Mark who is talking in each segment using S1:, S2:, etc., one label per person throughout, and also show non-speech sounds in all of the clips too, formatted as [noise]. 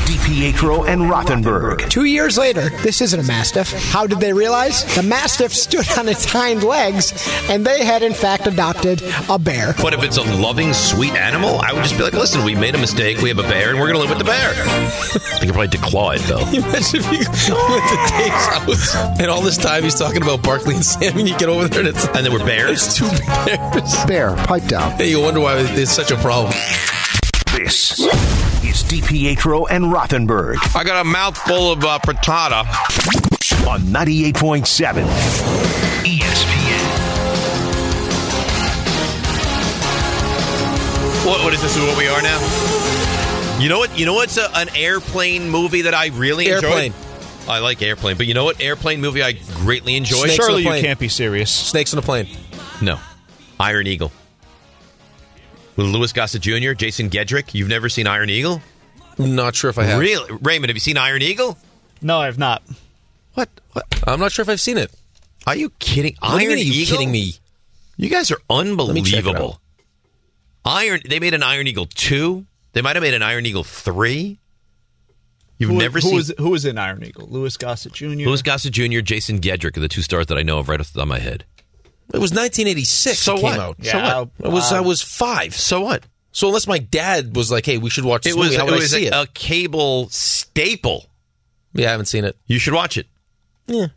S1: DiPietro and Rothenberg.
S2: Two years later, this isn't a Mastiff. How did they realize? The Mastiff stood on its hind legs, and they had, in fact, adopted a bear.
S3: But if it's a loving, sweet animal, I would just be like, listen, we made a mistake. We have a bear, and we're going to live with
S4: [laughs]
S3: the bear. They could probably declaw it, though.
S4: Imagine if you went to Dave's house and all this time he's talking about Barkley and Sam, and you get over there and it's
S3: And there were
S4: there's
S3: bears.
S4: two bears.
S2: Bear, pipe down.
S4: Hey, you wonder why it's such a problem.
S1: This is DiPietro and Rothenberg
S3: I got a mouthful of uh, frittata.
S1: on 98.7 ESPN.
S3: What, what is this? What we are now? You know what? You know what's a, an airplane movie that I really
S4: Airplane.
S3: enjoyed? I like airplane, but you know what? Airplane movie I greatly enjoyed.
S4: Snakes
S5: Surely
S4: on a
S5: you
S4: plane.
S5: can't be serious.
S4: Snakes on a plane.
S3: No, Iron Eagle with Louis Gossett Jr., Jason Gedrick. You've never seen Iron Eagle?
S4: I'm not sure if I have.
S3: Really, Raymond? Have you seen Iron Eagle?
S6: No, I have not.
S3: What? what?
S4: I'm not sure if I've seen it.
S3: Are you kidding?
S4: What do you
S3: Iron
S4: mean, are you
S3: Eagle?
S4: kidding me?
S3: You guys are
S4: me check it
S3: unbelievable.
S4: out.
S3: Iron. They made an Iron Eagle two. They might have made an Iron Eagle three. You've
S6: Who-
S3: never
S6: who
S3: seen
S6: was who was in Iron Eagle? Louis Gossett Jr.
S3: Louis Gossett Jr., Jason Gedrick are the two stars that I know of right off the top of my head.
S4: It was 1986
S3: So
S4: it came
S3: what? uh,
S4: out.
S6: Yeah, so
S4: I was I was five.
S3: So what?
S4: So unless my dad was like, "Hey, we should watch this
S3: It was
S4: movie," how
S3: it
S4: would
S3: was
S4: I see
S3: a,
S4: it?
S3: a cable staple.
S4: yeah, I haven't seen it.
S3: You should watch it.
S4: Yeah.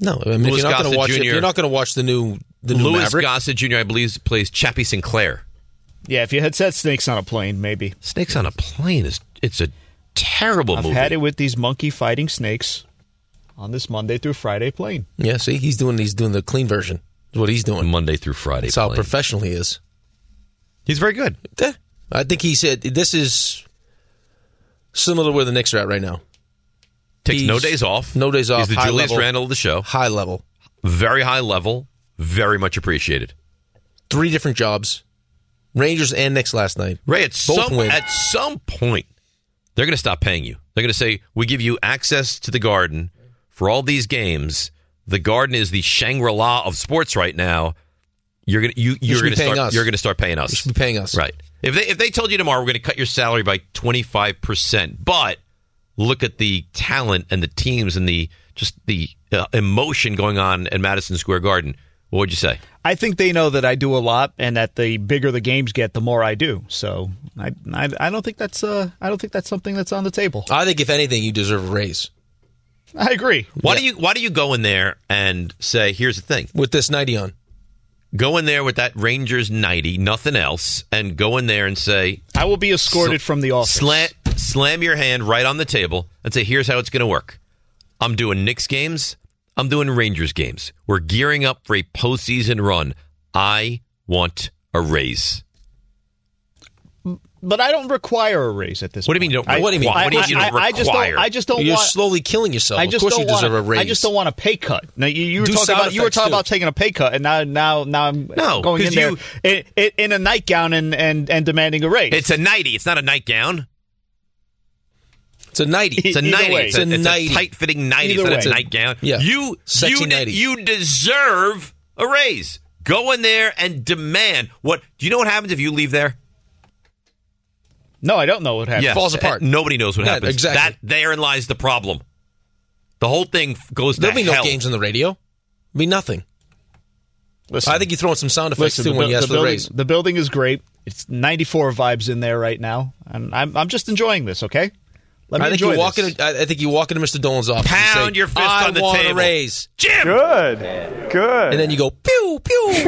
S4: No, I mean, if
S3: Louis
S4: you're not going
S3: Gossett
S4: to watch, it-
S3: Jr.
S4: if you're not going to watch the new the new
S3: Louis
S4: Maverick.
S3: Gossett Jr. I believe plays Chappie Sinclair.
S6: yeah, if you had said snakes on a plane, maybe.
S3: Snakes on a Plane is it's a terrible
S6: I've
S3: movie.
S6: had it with these monkey fighting snakes on this Monday through Friday plane.
S4: yeah, see, he's doing he's doing the clean version. Is what he's doing.
S3: Monday through Friday.
S4: That's how
S3: Plane.
S4: professional he is.
S3: He's very good.
S4: Yeah. I think he said this is similar to where the Knicks are at right now.
S3: Takes no
S4: He's-
S3: days off.
S4: no days off,
S3: He's the
S4: high
S3: Julius
S4: level.
S3: Randall of the show.
S4: High level.
S3: Very high level. Very much appreciated.
S4: Three different jobs. Rangers and Knicks last night.
S3: Ray, at
S4: Both
S3: some
S4: win.
S3: at some point, they're going to stop paying you. They're going to say we give you access to the Garden for all these games. The Garden is the Shangri La of sports right now. You're going to you, you're
S4: should be
S3: going to
S4: paying
S3: start
S4: us.
S3: you're going to start paying us.
S4: You should be paying us.
S3: right. If they if they told you tomorrow we're going to cut your salary by twenty five percent, but look at the talent and the teams and the just the uh, emotion going on at Madison Square Garden. What would you say?
S6: I think they know that I do a lot, and that the bigger the games get, the more I do. So I, I, I don't think that's uh, I don't think that's something that's on the table.
S4: I think if anything, you deserve a raise.
S6: I agree.
S3: Why do you why do you go in there and say here's the thing?
S4: With this 90 on.
S3: go in there with that Rangers 90, nothing else, and go in there and say,
S6: I will be escorted from the office.
S3: slam, slam your hand right on the table and say, here's how it's going to work. I'm doing Knicks games. I'm doing Rangers games. We're gearing up for a postseason run. I want a raise.
S6: but I don't require a raise at this.
S3: What do you mean
S6: point.
S3: you don't
S6: I-
S3: what do you mean-
S6: I-
S3: what do you mean you
S6: I-
S3: don't
S6: I just don't.
S3: require?
S6: I just don't
S4: You're
S6: want.
S4: slowly killing yourself.
S6: I
S4: of
S6: just
S4: course
S6: don't
S4: you deserve
S6: want.
S4: a raise.
S6: I just don't want a pay cut. Now you, you were
S4: Do
S6: talking
S4: side
S6: about you were
S4: effects,
S6: talking
S4: too.
S6: about taking a pay cut, and now now now I'm
S3: No,
S6: going
S3: 'cause
S6: in there
S3: you-
S6: in, in, in a nightgown and, and and demanding a raise.
S3: It's a 90. It's not a nightgown.
S4: It's a 90.
S3: It's a
S6: Either
S3: 90.
S6: way.
S3: It's a,
S4: It's a 90.
S3: tight fitting 90.
S6: Either
S3: it's
S6: way.
S3: not a nightgown.
S4: Yeah.
S3: You,
S4: Sexy
S3: you, de-
S4: 90.
S3: you deserve a raise. Go in there and demand what. Do you know what happens if you leave there?
S6: no, I don't know what happened.
S3: Yeah.
S4: Falls apart.
S3: Uh, Nobody knows what
S4: Yeah,
S3: happens.
S4: exactly.
S3: That therein lies the problem. The whole thing f- goes
S4: There'll
S3: to
S4: be no
S3: hell.
S4: games on the radio. There'll be nothing.
S6: Listen,
S4: I think you throw in some sound effects
S6: listen,
S4: too when
S6: bu-
S4: you ask for the
S6: building,
S4: raise.
S6: the building is great. It's 94 vibes in there right now, and I'm I'm just enjoying this. Okay, Let me
S4: I think
S6: enjoy
S4: you walk
S6: this.
S4: in. I I think you walk into Mr. Dolan's office. and
S3: Pound
S4: say,
S3: your fist
S4: I
S3: on the
S4: want A
S3: table."
S4: raise,
S3: Jim.
S5: Good. Good.
S4: and then you go pew pew.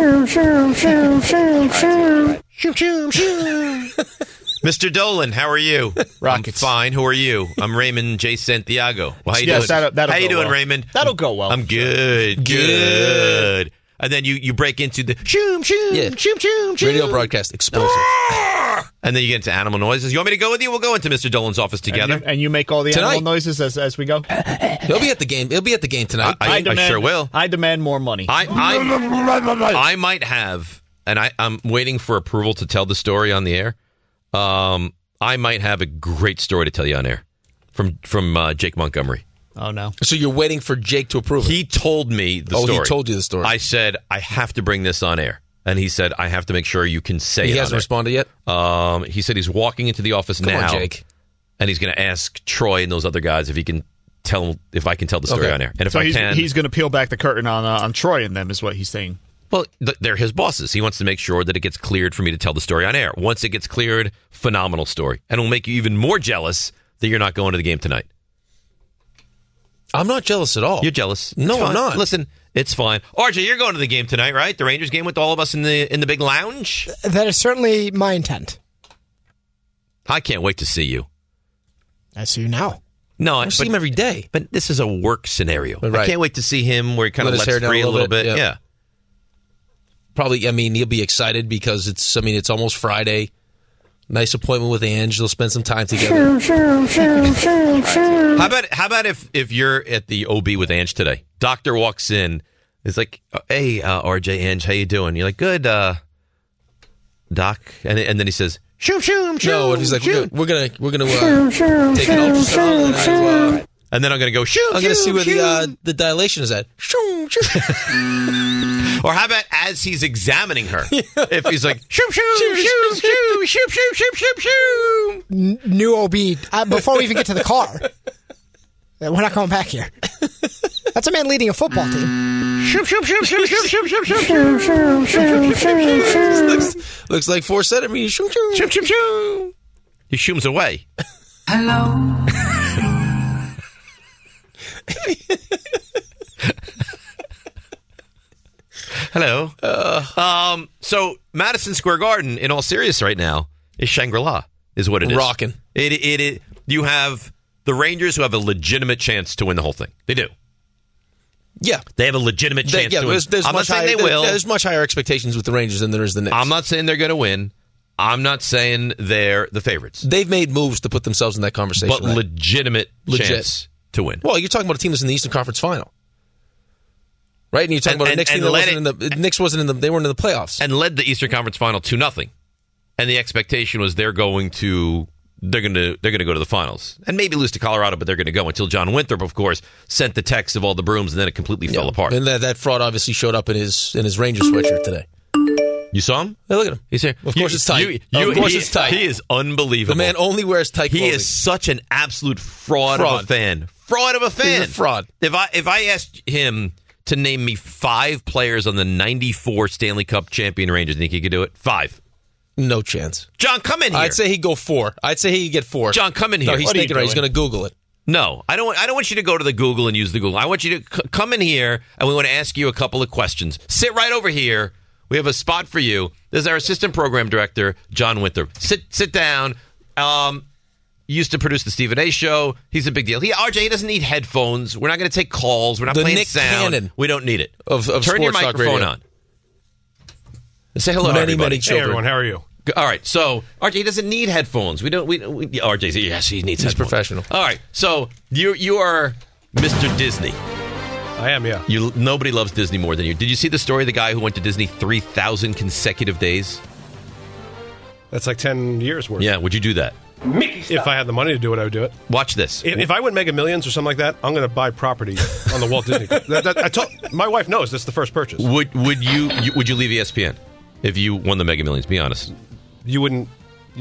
S3: Mr. Dolan, how are you?
S6: [laughs] Rockets.
S3: I'm fine. Who are you? I'm Raymond J. Santiago. Well, how you
S6: Yes,
S3: doing?
S6: that'll- that'll
S3: how you
S6: go
S3: doing,
S6: well.
S3: Raymond?
S6: That'll go well.
S3: I'm good. Good. And then you, you break into the shoom, shoom,
S4: Yeah.
S3: shoom, shoom, shoom.
S4: Radio broadcast explosive.
S3: And then you get into animal noises. You want me to go with you? We'll go into Mr. Dolan's office
S6: And
S3: together.
S6: you, and you make all the
S4: Tonight.
S6: animal noises as, as we go. I,
S4: He'll be at the game. He'll be at the game tonight.
S3: I- sure will.
S6: I demand more money.
S3: I, I, I might have, and I, I'm waiting for approval to tell the story on the air. Um, I might have a great story to tell you on air from from uh, Jake Montgomery.
S6: oh no.
S4: so you're waiting for Jake to approve. it.
S3: He told me the
S4: Oh, he
S3: story.
S4: told you the story.
S3: I said I have to bring this on air, and he said I have to make sure you can say
S4: He
S3: it.
S4: hasn't
S3: on air."
S4: responded yet.
S3: Um, he said he's walking into the office
S4: Come on,
S3: now,
S4: Jake.
S3: and he's going to ask Troy and those other guys if he can tell if I can tell the story
S4: Okay.
S3: on air, and if
S6: So
S3: I
S6: he's,
S3: can,
S6: he's going to peel back the curtain on uh, on Troy and them is what he's saying.
S3: Well, th- they're his bosses. He wants to make sure that it gets cleared for me to tell the story on air. Once it gets cleared, phenomenal story. And it'll make you even more jealous that you're not going to the game tonight.
S4: I'm not jealous at all.
S3: You're jealous.
S4: No,
S3: It's
S4: I'm
S3: fine.
S4: not.
S3: Listen, it's fine. RJ, you're going to the game tonight, right? The Rangers game with all of us in the in the big lounge.
S2: That is certainly my intent.
S3: I can't wait to see you.
S2: I see you now.
S3: No,
S4: I
S3: but,
S4: see him every day.
S3: but this is a work scenario.
S4: Right.
S3: I can't wait to see him where he kind
S4: Let
S3: of
S4: his
S3: lets
S4: hair down a
S3: free
S4: little bit,
S3: bit.
S4: yeah.
S3: Yeah.
S4: Probably. I mean, he'll be excited because it's. I mean, it's almost Friday. Nice appointment with Ange. They'll spend some time together.
S3: How about how about if if you're at the OB with Ange today? Doctor walks in, it's like, "Hey, uh, RJ Ange, how you doing?" You're like, "Good, uh, doc," and and then he says, "Shoom shoom shoom."
S4: no, and he's like,
S3: shoom."
S4: we're gonna, we're gonna, we're gonna uh, take an ultrasound. and I, uh,
S3: [laughs] and then I'm gonna go shoom.
S4: I'm gonna
S3: shoom,
S4: see where the uh,
S3: shoom."
S4: the dilation is at.
S3: or how about as he's
S4: [laughs]
S3: examining her, if he's like shoom shoom shoom shoom shoom shoom shoom shoom shoom.
S2: New OB, uh, before we even get to the car, Uh, we're not going back here. That's a man leading a football team.
S4: looks, looks like four centimeters. Shoo, shoo.
S3: Shoom shoom shoom. He shooms away. Hello. Hello.
S4: Uh.
S3: um, so Madison Square Garden, in all serious right now, is Shangri La, is what it is.
S4: Rockin'.
S3: It, it it you have the Rangers who have a legitimate chance to win the whole thing. They do.
S4: Yeah,
S3: They have a legitimate
S4: They-
S3: chance
S4: yeah.
S3: to win.
S4: There's, there's
S3: I'm not
S4: much
S3: saying
S4: higher,
S3: they
S4: there-
S3: will.
S4: There's much higher expectations with the Rangers than there is the Knicks.
S3: I'm not saying they're going to win. I'm not saying they're the favorites.
S4: They've made moves to put themselves in that conversation.
S3: but
S4: right?
S3: legitimate
S4: Legit.
S3: chance to win.
S4: well, you're talking about a team that's in the Eastern Conference Final, right? And you're talking
S3: And-
S4: about
S3: and-
S4: a Knicks
S3: and
S4: team that
S3: let
S4: wasn't in the
S3: it-
S4: the Knicks wasn't in the they weren't in the playoffs.
S3: and led the Eastern Conference Final two nothing, and the expectation was they're going to they're going to they're going to go to the finals and maybe lose to Colorado, but they're going to go until John Winthrop, of course, sent the text of all the brooms, and then it completely fell apart.
S4: And that, that fraud obviously showed up in his in his Rangers sweatshirt today.
S3: You saw him?
S4: Hey, look at him.
S3: He's here.
S4: Of course
S3: You-
S4: it's tight.
S3: you- you-
S4: of course
S3: he-
S4: it's tight.
S3: He is unbelievable.
S4: the man only wears tight
S3: He
S4: clothing.
S3: is such an absolute fraud, of a
S4: Fraud.
S3: fan. Fraud of a fan.
S4: fraud.
S3: If I if I asked him to name me five players on the '94 Stanley Cup champion Rangers, think he could do it? Five.
S4: no chance.
S3: John, come in here.
S4: I'd say he'd go four. I'd say he'd get four.
S3: John, come in here.
S4: No, he's
S3: What are you
S4: thinking right. He's going to Google it.
S3: No, I don't. want- I don't want you to go to the Google and use the Google. I want you to c- come in here, and we want to ask you a couple of questions. Sit right over here. We have a spot for you. This is our assistant program director, John Winthrop. Sit, sit down. Um, used to produce the Stephen A. Show. He's a big deal. He RJ. He doesn't need headphones. We're not going to take calls. We're not
S4: The
S3: playing
S4: Nick
S3: sound.
S4: Cannon
S3: we don't need it.
S4: of- of
S3: Turn
S4: sports
S3: your
S4: talk
S3: microphone
S4: radio.
S3: on. Say hello to
S4: many,
S3: everybody.
S4: many children.
S7: Everyone, how are you?
S3: G- All right, so RJ he doesn't need headphones. We don't. We, we yeah, RJ. 's- Yes, he needs.
S4: He's
S3: headphones.
S4: professional.
S3: All right, so you you are Mr. Disney.
S7: I am, yeah.
S3: You nobody loves Disney more than you. Did you see the story of the guy who went to Disney three thousand consecutive days?
S7: That's like 10 years worth.
S3: Yeah, would you do that?
S7: If I had the money to do it, I would do it.
S3: Watch this.
S7: If, if I win Mega Millions or something like that, I'm going to buy
S3: [laughs]
S7: property on the Walt Disney. that, that, I told, my wife knows that's the first purchase.
S3: would would you, you would you leave E ESPN if you won the Mega Millions? Be honest.
S7: You wouldn't,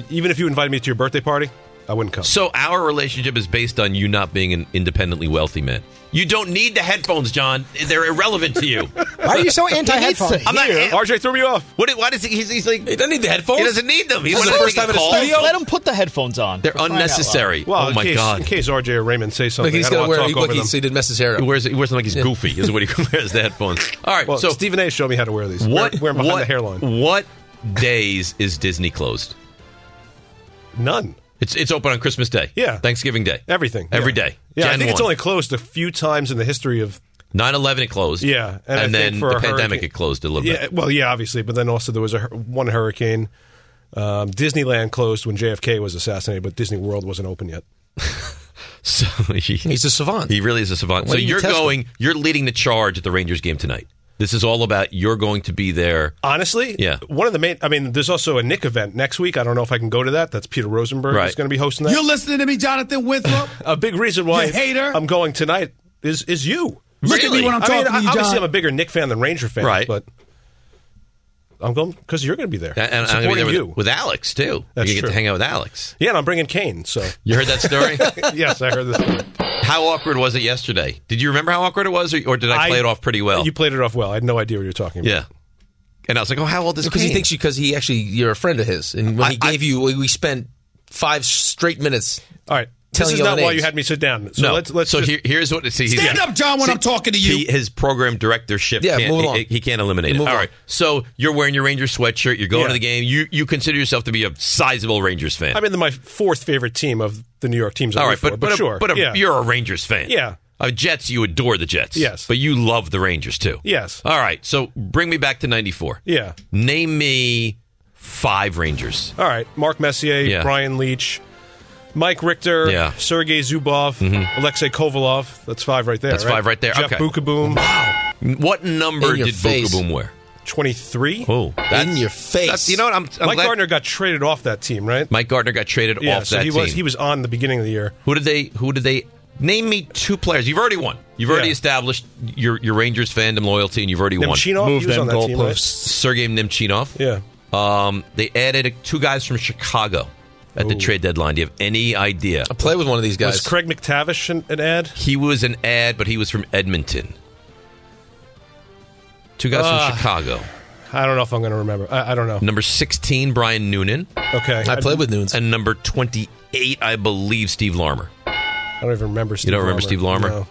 S7: even if you invited me to your birthday party, I wouldn't come.
S3: So our relationship is based on you not being an independently wealthy man. You don't need the headphones, John. They're irrelevant to you.
S2: Why are you so anti-headphones?
S3: I'm not.
S7: RJ threw me off.
S3: What? Why does he? He's, he's like.
S4: He doesn't need the headphones.
S3: He doesn't need them. He's
S4: This is
S3: not
S4: the first
S3: taking
S4: time in a
S3: calls.
S4: studio?
S6: Let him put the headphones on.
S3: They're
S6: For crying out loud.
S3: unnecessary.
S7: Well,
S3: oh
S7: in
S3: my
S7: case,
S3: god.
S7: In case RJ or Raymond say something,
S4: Look, he's
S7: I don't
S4: gonna
S7: want
S4: wear.
S7: to talk
S4: Look,
S7: over
S4: he,
S7: them.
S4: so he did mess his hair
S3: He
S4: up.
S3: wears, he wears them like he's goofy, is what he [laughs] wears the headphones. All right,
S7: well,
S3: so
S7: Stephen A. showed me how to wear these.
S3: what,
S7: Wear, wear 'em behind
S3: what,
S7: the hairline.
S3: what days is Disney closed?
S7: None.
S3: It's it's open on Christmas Day.
S7: Yeah.
S3: Thanksgiving Day.
S7: Everything.
S3: every
S7: yeah.
S3: day.
S7: Yeah, I
S3: Jan
S7: think it's
S3: 1.
S7: only closed a few times in the history of
S3: 9 11 it closed.
S7: Yeah, and
S3: And,
S7: I think
S3: then
S7: for
S3: the
S7: a
S3: pandemic
S7: hurricane-
S3: it closed a little
S7: Yeah,
S3: bit.
S7: well, yeah, obviously, but then also there was a hur- one hurricane. Um, Disneyland closed when JFK was assassinated, but Disney World wasn't open yet.
S3: [laughs] So he,
S4: He's a savant.
S3: he really is a savant.
S4: Why
S3: so
S4: didn't you
S3: you're
S4: test him?
S3: going, you're leading the charge at the Rangers game tonight. This is all about you're going to be there.
S7: Honestly,
S3: Yeah.
S7: One of the main, I mean, there's also a Nick event next week. I don't know if I can go to that. That's Peter Rosenberg
S3: Right.
S7: is going to be hosting that.
S5: You're listening to me, Jonathan Winthrop.
S7: [laughs] a big reason why
S5: You hater.
S7: I'm going tonight is is you.
S5: Look at
S3: Really?
S5: me when I'm
S7: I mean,
S5: talking
S7: I-
S5: to you,
S7: obviously,
S5: John.
S7: I'm a bigger Nick fan than Ranger fan,
S3: Right.
S7: But I'm going because you're going to be there,
S3: And and I'm
S7: supporting
S3: going to be there
S7: you.
S3: with, with Alex, too.
S7: That's
S3: you get
S7: true.
S3: to hang out with Alex.
S7: yeah, and I'm bringing Kane. So
S3: You heard that story?
S7: [laughs] yes, I heard this.
S3: how awkward was it yesterday? Did you remember how awkward it was, or, or did I play it off pretty well?
S7: You played it off well. I had no idea what you were talking about.
S3: Oh. Yeah. And I was like, oh, how old is
S4: because he
S3: Kane?
S4: thinks you because he actually you're a friend of his, and when he
S3: I- I-
S4: gave you, we we spent five straight minutes.
S7: All right.
S4: Telling
S7: this
S4: you
S7: is not
S4: all
S7: why
S4: names.
S7: you had me sit down. So
S3: no.
S7: let's let's
S3: so
S7: just-
S3: here, here's what. See, he's-
S5: Stand
S3: yeah.
S5: up, John, when
S3: See,
S5: I'm talking to you.
S3: he- his program directorship.
S4: Yeah,
S3: can't,
S4: move
S3: he-
S4: along.
S3: He, can't eliminate it.
S4: Move
S3: All
S4: on.
S3: right. So you're wearing your Rangers sweatshirt. You're going
S7: Yeah.
S3: to the game. You you consider yourself to be a sizable Rangers fan.
S7: I'm in the, my fourth favorite team of the New York teams. I
S3: all
S7: root
S3: right, but
S7: for,
S3: but, a-
S7: sure,
S3: but a-
S7: yeah.
S3: you're a Rangers fan.
S7: Yeah.
S3: Uh, Jets, you adore the Jets.
S7: Yes.
S3: But you love the Rangers too.
S7: Yes.
S3: All right. So bring me back to '94.
S7: yeah.
S3: Name me five Rangers.
S7: All right, Mark Messier,
S3: Yeah.
S7: Brian Leach, Mike Richter,
S3: Yeah. Mm-hmm.
S7: Sergei Zubov, Alexei Kovalov. That's five right there.
S3: That's five right there.
S7: Jeff
S3: Okay.
S7: Bukaboom,
S3: What number
S4: In your
S3: did
S4: face.
S3: Boom wear?
S7: twenty three.
S3: Oh, that's
S4: in your face.
S3: that's- you know what? I'm, I'm
S7: Mike
S3: glad-
S7: Gardner got traded off that team, right?
S3: Mike Gardner got traded
S7: yeah,
S3: off
S7: so
S3: that
S7: he
S3: team.
S7: was he was on the beginning of the year.
S3: Who did they? Who did they? Name me two players. You've already won. You've already
S7: Yeah.
S3: established your your Rangers fandom loyalty, and you've already won.
S7: Nemchinov,
S6: Move
S7: he was
S6: them
S7: on that team, right?
S6: goalposts.
S3: Sergei Nemchinov.
S7: Yeah.
S3: Um, they added two guys from Chicago at the trade deadline. Do you have any idea?
S4: I play with one of these guys.
S7: Was Craig McTavish an, an ad?
S3: He was an ad, but he was from Edmonton. Two guys
S7: Ah.
S3: from Chicago.
S7: I don't know if I'm going to remember. I, I don't know.
S3: Number sixteen, Brian Noonan,
S7: Okay,
S4: I played with Nunes.
S3: and number twenty-eight, I believe, Steve Larmer.
S7: I don't even remember. Steve
S3: You don't remember Steve Larmer?
S7: No.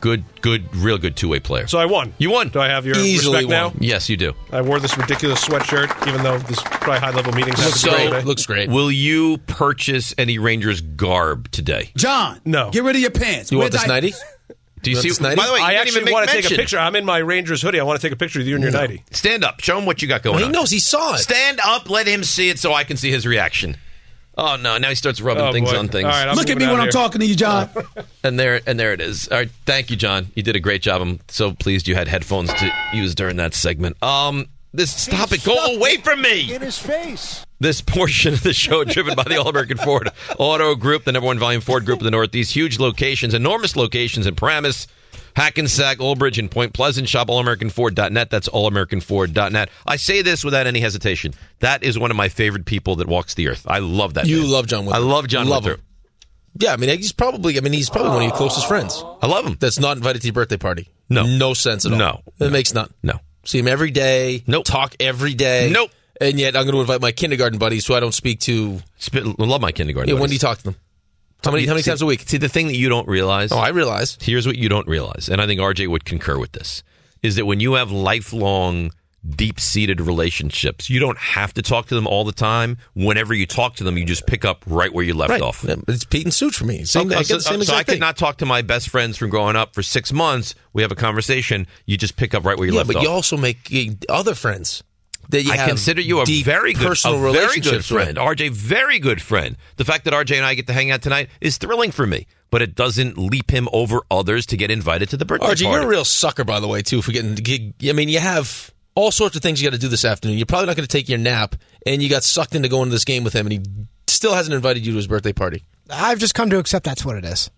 S3: Good, good, real good two-way player.
S7: So I won.
S3: You won.
S7: Do I have your
S4: Easily
S7: respect now?
S4: won.
S3: yes, you do.
S7: I wore this ridiculous sweatshirt, even though this probably high level meeting eh?
S4: Looks
S3: So-
S4: great. Looks great.
S3: Will you purchase any Rangers garb today?
S5: John,
S7: No.
S5: Get rid of your pants.
S4: you want
S5: Where'd
S4: this
S5: I-
S4: ninety?
S3: Do you
S4: Is that
S3: see?
S4: this 90?
S3: By the way, you
S7: I
S3: didn't
S7: actually
S3: even
S7: want to
S3: mention.
S7: take a picture. I'm in my Rangers hoodie. I want to take a picture of you in your nighty.
S3: Stand up. Show him what you got going
S4: He
S3: on.
S4: knows. He saw it.
S3: Stand up. Let him see it so I can see his reaction. Oh no! Now he starts rubbing
S7: Oh,
S3: things
S7: boy.
S3: on things,
S7: All right, I'm
S5: Look at
S7: moving
S5: me
S7: out
S5: when
S7: of
S5: I'm
S7: here.
S5: talking to you,
S8: [laughs]
S5: John.
S3: and there and there it is. All right, thank you, John. You did a great job. I'm so pleased you had headphones to use during that segment. Um, this stop
S7: [laughs]
S3: it. Go away from me.
S9: his face.
S3: This portion of
S4: [laughs]
S3: the show driven by the All American Ford Auto Group, the number one volume Ford group in the Northeast. Huge locations, enormous locations in Paramus, Hackensack, Old Bridge, and Point Pleasant. Shop allamericanford.net. That's allamericanford.net. I say this without any hesitation. That is one of my favorite people that walks the earth. I love that.
S4: You
S3: man.
S4: love John Winthrop.
S3: I love John
S4: Love
S3: Winthrop.
S4: him. Yeah, I mean, he's probably. I mean, he's probably one of your closest friends.
S3: I love him.
S4: That's not invited to your birthday party.
S3: No.
S4: no sense at all.
S3: No.
S4: it
S3: No.
S4: makes none.
S3: No.
S4: see him every day.
S3: Nope.
S4: talk every day.
S3: Nope.
S4: And yet, I'm going to invite my kindergarten buddies who I don't speak to.
S3: Spit, I love my kindergarten.
S4: Yeah, when
S3: buddies.
S4: do you talk to them? How many? How many
S3: See-
S4: times a week?
S3: See, the thing that you don't realize.
S4: Oh, I realize.
S3: here's what you don't realize, and I think RJ would concur with this, is that when you have lifelong, deep seated relationships, you don't have to talk to them all the time. Whenever you talk to them, you just pick up right where you left off.
S4: Yeah, It's Pete and Suit for me. Same,
S3: Okay,
S4: I get
S3: so,
S4: the same
S3: so I
S4: exact
S3: could
S4: thing.
S3: not talk to my best friends from growing up for six months. We have a conversation. You just pick up right where you
S4: Yeah,
S3: left
S4: but
S3: off.
S4: you also make eh, other friends that you
S3: I
S4: have
S3: consider you a
S4: deep
S3: very good,
S4: personal
S3: a very
S4: relationships
S3: good
S4: with.
S3: friend. RJ, very good friend. The fact that RJ and I get to hang out tonight is thrilling for me, but it doesn't leap him over others to get invited to the birthday
S4: RJ,
S3: party.
S4: you're a real sucker, by the way, too, for getting. gig- I mean, you have all sorts of things you got to do this afternoon. You're probably not going to take your nap, and you got sucked into going to this game with him, and he still hasn't invited you to his birthday party.
S2: I've just come to accept that's what it is.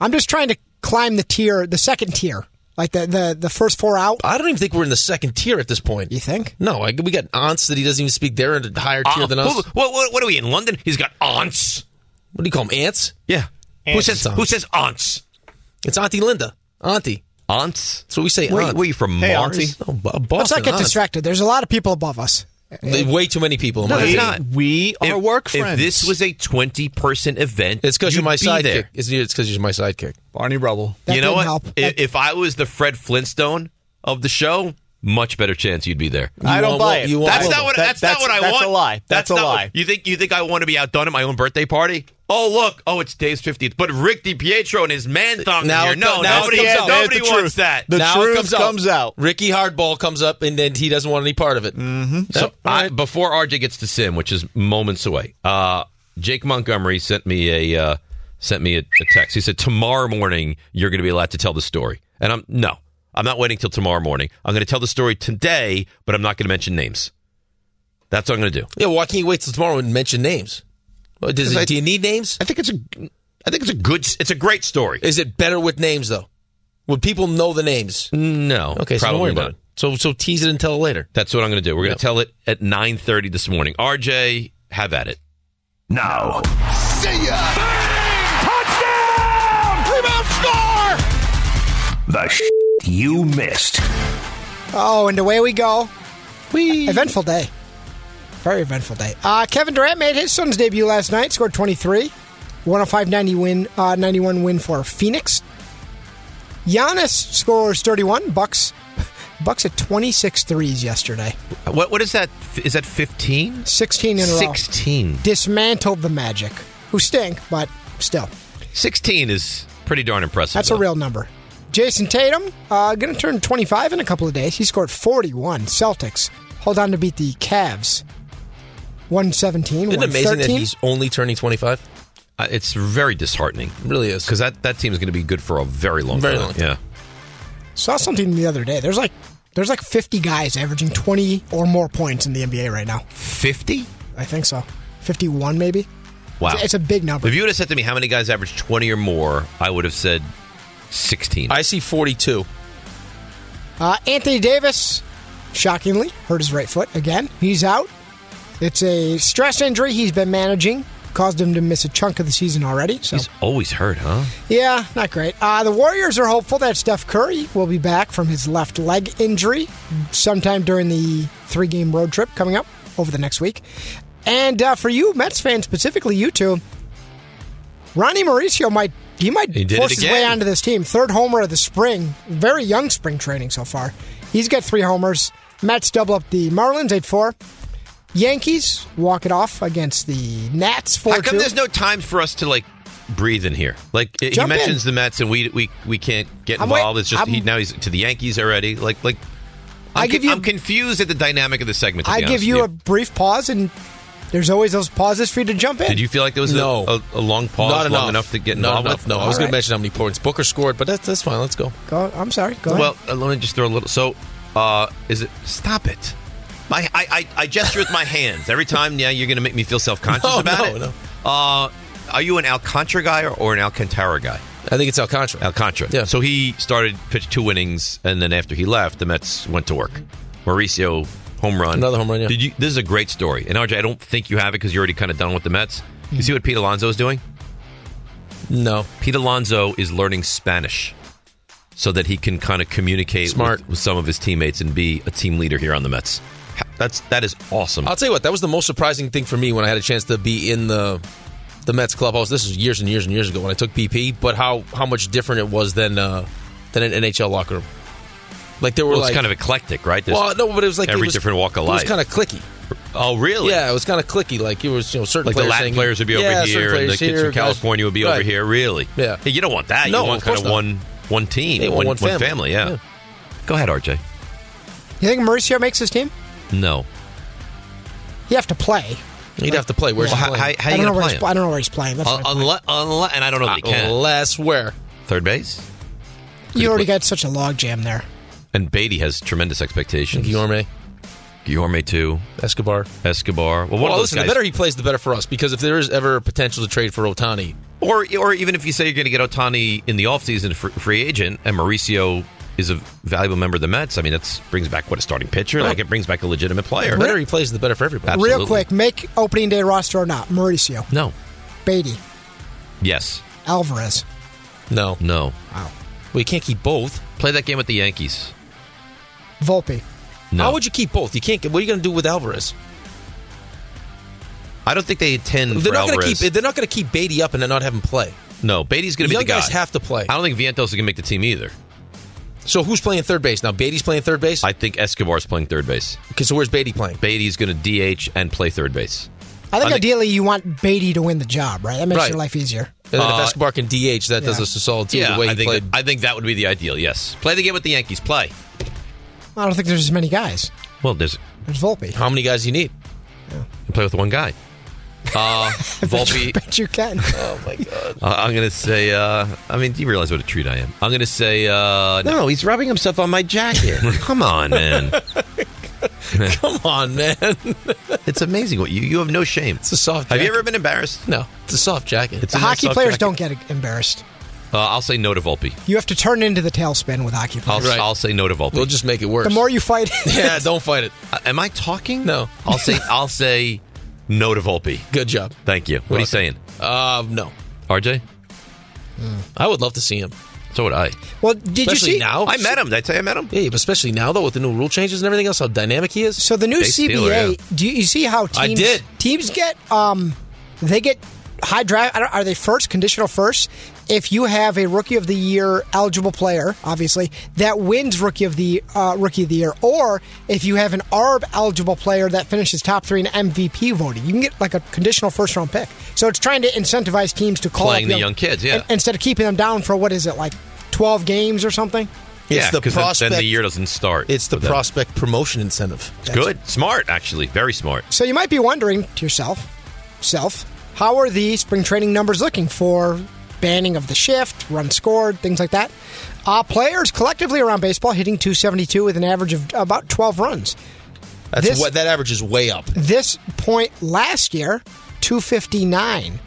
S2: I'm just trying to climb the tier, the second tier, like the the, the first four out.
S4: I don't even think we're in the second tier at this point.
S2: You think?
S4: No, I, we got aunts that he doesn't even speak. They're in a higher tier
S3: Uh,
S4: than us.
S3: who- What, what, what are we in London? He's got aunts.
S4: What do you call them? Ants?
S3: Yeah. Who
S4: Aunts.
S3: says who says aunts?
S4: It's Auntie Linda. Auntie.
S3: Aunts?
S4: That's what we say.
S3: Where,
S4: aunt.
S3: where you from,
S6: Hey,
S3: Monty?
S6: aunts.
S4: No, Bu-
S2: Let's
S4: Boston,
S2: not get
S4: aunt.
S2: distracted. There's a lot of people above us.
S4: There- Way too many people. in my
S3: No, it's
S4: opinion.
S3: not.
S6: We are
S3: if,
S6: work
S3: if
S6: friends.
S3: this was a twenty-person event,
S4: It's because you're
S3: you'd
S4: my
S3: be there.
S4: sidekick. It's because you're my sidekick.
S6: Barney Rubble.
S2: That
S3: you know
S2: didn't
S3: what?
S2: help.
S3: If, if I was the Fred Flintstone of the show, much better chance you'd be there.
S6: I don't
S4: want-
S6: buy it.
S4: you want-
S3: That's
S4: Well,
S3: not what.
S6: that-
S3: That's, not what I
S6: that's
S3: want.
S6: a lie. That's, a
S3: not what-
S6: lie.
S3: you think you think I want to be outdone at my own birthday party? Oh look! Oh, it's Dave's fiftieth. But Rick DiPietro and his man thong
S4: Now
S3: here.
S4: it
S3: No,
S4: co- now it
S3: nobody,
S4: comes out. There's
S3: nobody
S6: the
S3: wants
S6: truth.
S3: that.
S6: The
S4: now
S6: truth
S4: it comes,
S6: comes out.
S4: Ricky Hardball comes up, and then he doesn't want any part of it. Mm-hmm.
S3: So I, before RJ gets to Sim, which is moments away, uh, Jake Montgomery sent me a uh, sent me a, a text. He said tomorrow morning you're going to be allowed to tell the story, and I'm no, I'm not waiting till tomorrow morning. I'm going to tell the story today, but I'm not going to mention names. That's what I'm going to do.
S4: yeah, why can't you wait till tomorrow and mention names? Well, does it- do you need names?
S3: I think it's a I think it's a good it's a great story.
S4: Is it better with names though? Would people know the names?
S3: No,
S4: Okay, so don't worry about it. So so tease it until later.
S3: That's what I'm going to do. We're going
S4: Yep.
S3: to tell it at 9:30 this morning. RJ, have at it.
S1: Now,
S9: Touchdown! Rebound score!
S1: the sh- you missed.
S2: Oh, and away we go. Eventful day. Very eventful day. Uh, Kevin Durant made his son's debut last night, scored 23. 105-90 win, uh, 91 win for Phoenix. Giannis scores 31. Bucks [laughs] Bucks at 26 threes yesterday.
S3: What what is that? Is that 15?
S2: 16 in a row.
S3: 16.
S2: Dismantled the Magic, who stink, but still.
S3: 16 is pretty darn impressive.
S2: That's
S3: though.
S2: a real number. Jason Tatum, uh, going to turn 25 in a couple of days. He scored 41. Celtics hold on to beat the Cavs. 117,
S4: Isn't it amazing
S2: 113.
S4: that he's only turning twenty five?
S3: Uh, it's very disheartening
S4: Really is.
S3: because that that team is going to be good for a very long
S4: Very
S3: time.
S4: long time.
S3: Yeah.
S2: Saw something the other day. There's like there's like 50 guys averaging 20 or more points in the NBA right now.
S3: 50?
S2: I think so. 51 maybe.
S3: Wow.
S2: It's, it's a big number.
S3: if you would have said to me how many guys average 20 or more, I would have said 16.
S4: I see forty two.
S2: Uh, Anthony Davis, shockingly, hurt his right foot again. He's out. It's a stress injury he's been managing, caused him to miss a chunk of the season already. So
S3: He's always hurt, huh?
S2: yeah, not great. Uh, the Warriors are hopeful that Steph Curry will be back from his left leg injury sometime during the three-game road trip coming up over the next week. And uh, for you Mets fans specifically, you two, Ronnie Mauricio might he might
S3: He did
S2: force
S3: it
S2: his
S3: again.
S2: way onto this team. Third homer of the spring, very young spring training so far. He's got three homers. Mets double up the Marlins eight four. Yankees walk it off against the Nats four
S3: How come
S2: two.
S3: there's no time for us to like breathe in here? Like it- he
S2: Jump in.
S3: mentions the Mets and we we we can't get
S2: I'm
S3: involved.
S2: wait-
S3: it's just he
S2: I'm-
S3: now he's to the Yankees already. Like like I'm,
S2: I give you-
S3: am confused at the dynamic of the segment. to
S2: I
S3: be honest
S2: give
S3: with
S2: you a brief pause, and there's always those pauses for you to jump in.
S3: Did you feel like there was a-
S4: No.
S3: a, a, long pause,
S4: Not
S3: long
S4: enough.
S3: enough to get
S4: Not
S3: involved?
S4: enough.
S3: with?
S4: No, I was
S2: All
S4: going
S2: right.
S4: to mention how many points Booker scored, but that's that's fine. Let's go.
S2: Go, I'm sorry. Go
S3: Well,
S2: ahead.
S3: uh, let me just throw a little. So, uh, is it? Stop it! My, I, I, I gesture with my hands every time. Yeah, you're going to make me feel self conscious
S4: No,
S3: about
S4: no,
S3: it.
S4: no.
S3: Uh, are you an Alcantara guy or, or an Alcantara guy?
S4: I think it's Alcantara.
S3: Alcantara.
S4: Yeah.
S3: So he started pitched two innings, and then after he left, the Mets went to work. Mauricio home run,
S4: Another home run, yeah.
S3: Did you? This is a great story, and RJ, I don't think you have it because you're already kind of done with the Mets. You see what Pete Alonso is doing?
S4: no,
S3: Pete Alonso is learning Spanish so that he can kind of communicate
S4: Smart.
S3: With, with some of his teammates and be a team leader here on the Mets. Ha- That's that is awesome.
S4: I'll tell you what. That was the most surprising thing for me when I had a chance to be in the the Mets clubhouse. This was years and years and years ago when I took BP. But how how much different it was than uh, than an NHL locker room. Like there were
S3: well, it's
S4: like
S3: kind of eclectic, right? There's-
S4: well, no, but it was like it
S3: every
S4: was-
S3: different walk of life.
S4: It was kind of clicky.
S3: oh, really?
S4: Yeah, it was kind of clicky. Like it was, you know, certain
S3: Like
S4: players
S3: the Latin
S4: saying-
S3: players would be
S4: Yeah,
S3: over
S4: certain
S3: here, and the
S4: players
S3: kids from
S4: here, guys-
S3: California would be over
S4: Right.
S3: here. Really?
S4: Yeah.
S3: Hey, you don't want that.
S4: No,
S3: you want
S4: of
S3: kind
S4: course
S3: of
S4: not.
S3: one one team,
S4: They want
S3: one,
S4: one family.
S3: Yeah.
S4: Yeah.
S3: Go ahead, RJ.
S2: you think Mauricio makes his team?
S3: No.
S2: You have to play.
S4: He'd have to play. Where's
S3: Well,
S4: he
S3: how, how,
S4: playing?
S3: how
S2: I
S3: you
S2: don't know
S3: gonna
S2: where
S3: play
S2: he's,
S3: him?
S2: I don't know where he's playing. That's my
S3: Uh,
S2: point.
S3: unle- unle- and I don't know if he can.
S4: Uh, Unless where?
S3: Third base.
S2: you already got such a logjam there.
S3: And Beatty has tremendous expectations.
S4: Guillorme,
S3: Guillorme too.
S4: Escobar.
S3: Escobar. Well, one
S4: Well,
S3: of those
S4: listen,
S3: guys.
S4: the better he plays, the better for us. Because if there is ever a potential to trade for Otani,
S3: Or, or even if you say you're going to get Otani in the offseason fr- free agent and Mauricio is a valuable member of the Mets, I mean, that brings back what a starting pitcher. Like, it brings back a legitimate player.
S4: the better he plays, the better for everybody.
S3: Absolutely.
S2: Real quick, make opening day roster or not. Mauricio,
S3: No.
S2: Beatty,
S3: Yes.
S2: Alvarez.
S4: No.
S3: No.
S2: Wow.
S4: Well, you can't keep both.
S3: Play that game with the Yankees.
S2: Volpe.
S3: No.
S4: How would you keep both? You can't. What are you going to do with Alvarez?
S3: I don't think they intend
S4: They're
S3: for
S4: not going to
S3: Alvarez.
S4: keep. They're not going to keep Beatty up and then not have him play.
S3: No, Beatty's going to be
S4: Young
S3: the guy.
S4: guys have to play.
S3: I don't think Vientos is going to make the team either.
S4: So who's playing third base now? Beatty's playing third base.
S3: I think Escobar's playing third base.
S4: Okay, so where's Beatty playing?
S3: Beatty's going to DH and play third base.
S2: I think
S3: I think-
S2: ideally you want Beatty to win the job, right? That makes
S4: Right.
S2: your life easier.
S4: And then
S3: Uh,
S4: if Escobar can DH, that does
S2: yeah.
S4: us a solid too.
S3: yeah,
S4: the way
S3: I
S4: he
S3: think
S4: played.
S3: I think that would be the ideal. Yes, play the game with the Yankees. Play.
S2: I don't think there's as many guys.
S3: Well, there's
S2: There's Volpe. [laughs]
S4: how many guys do you need?
S3: you play with one guy. Uh, Volpe.
S2: Bet you can.
S3: Uh, I'm going to say. Uh, I mean, do you realize what a treat I am? I'm going to say. Uh,
S1: Oh,
S3: no, he's rubbing himself on my jacket. [laughs] Come on, man.
S4: [laughs] Come on, man. it's
S3: [laughs] It's amazing what you you have no shame.
S4: a soft.
S3: Have you
S4: jacket.
S3: ever been embarrassed?
S4: No, it's a soft jacket.
S3: It's
S2: [laughs] The
S3: a nice
S2: hockey
S3: soft
S2: players
S3: jacket.
S2: don't get embarrassed.
S3: Uh, I'll say no to Volpe.
S2: You have to turn into the tailspin with hockey
S3: I'll,
S2: players.
S4: Right.
S3: I'll say no to Volpe.
S4: we'll just make it worse.
S2: The more you fight,
S4: [laughs] yeah, don't fight it.
S3: Uh, am I talking?
S4: No.
S3: I'll say.
S4: [laughs]
S3: I'll say no to Volpe.
S4: Good job.
S3: Thank you. What are you
S4: Welcome.
S3: saying,
S4: Uh, no, Mm.
S3: RJ?
S4: I would love to see him.
S3: So would I.
S2: well, did
S4: Especially
S2: you see?
S4: now.
S3: I met him. Did I tell you I met him?
S4: Yeah, but especially now though with the new rule changes and everything else, how dynamic he is.
S2: So the new
S3: Big
S2: CBA,
S3: stealer, yeah.
S2: do you, you see how teams
S4: I did.
S2: teams get um they get high draft I don't- are they first conditional first if you have a rookie of the year eligible player obviously that wins rookie of the uh, rookie of the year or if you have an ARB eligible player that finishes top 3 in MVP voting you can get like a conditional first round pick so it's trying to incentivize teams to call
S3: Playing
S2: up
S3: the young kids, yeah.
S2: in- instead of keeping them down for what is it like 12 games or something
S3: yeah,
S4: it's the
S3: 'cause then-
S4: prospect.
S3: Then, the year doesn't start.
S4: it's the
S3: for them.
S4: prospect promotion incentive.
S3: It's good. Smart, actually. Very smart.
S2: So you might be wondering to yourself, self, how are the spring training numbers looking for banning of the shift, run scored, things like that? Uh, players collectively around baseball hitting 272 with an average of about 12 runs.
S4: That's
S2: This-
S4: what that average is way up.
S2: This point last year, 259.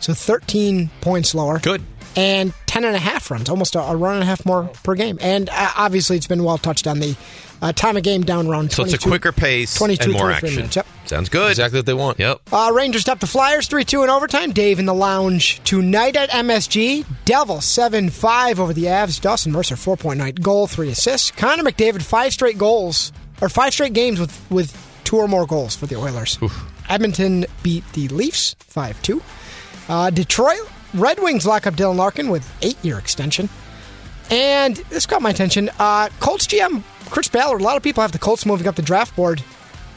S2: So 13 points lower.
S3: Good.
S2: And 10 and a half runs, almost a, a run and a half more per game. And uh, obviously it's been well touched on the uh, time of game down around
S3: So it's a
S2: 22
S3: quicker pace
S2: 22,
S3: and more
S2: 23
S3: action.
S2: minutes, yep.
S3: Sounds good.
S4: Exactly what they want.
S3: Yep.
S2: Uh, Rangers top the Flyers 3 2 in overtime. Dave in the lounge tonight at MSG. Devil 7 5 over the Avs. Dawson Mercer 4.9 goal, 3 assists. Connor McDavid, 5 straight goals, or 5 straight games with, with 2 or more goals for the Oilers. Edmonton beat the Leafs 5 2. Uh, Detroit Red Wings lock up Dylan Larkin with 8 year extension. And this caught my attention. Uh, Colts GM Chris Ballard. A lot of people have the Colts moving up the draft board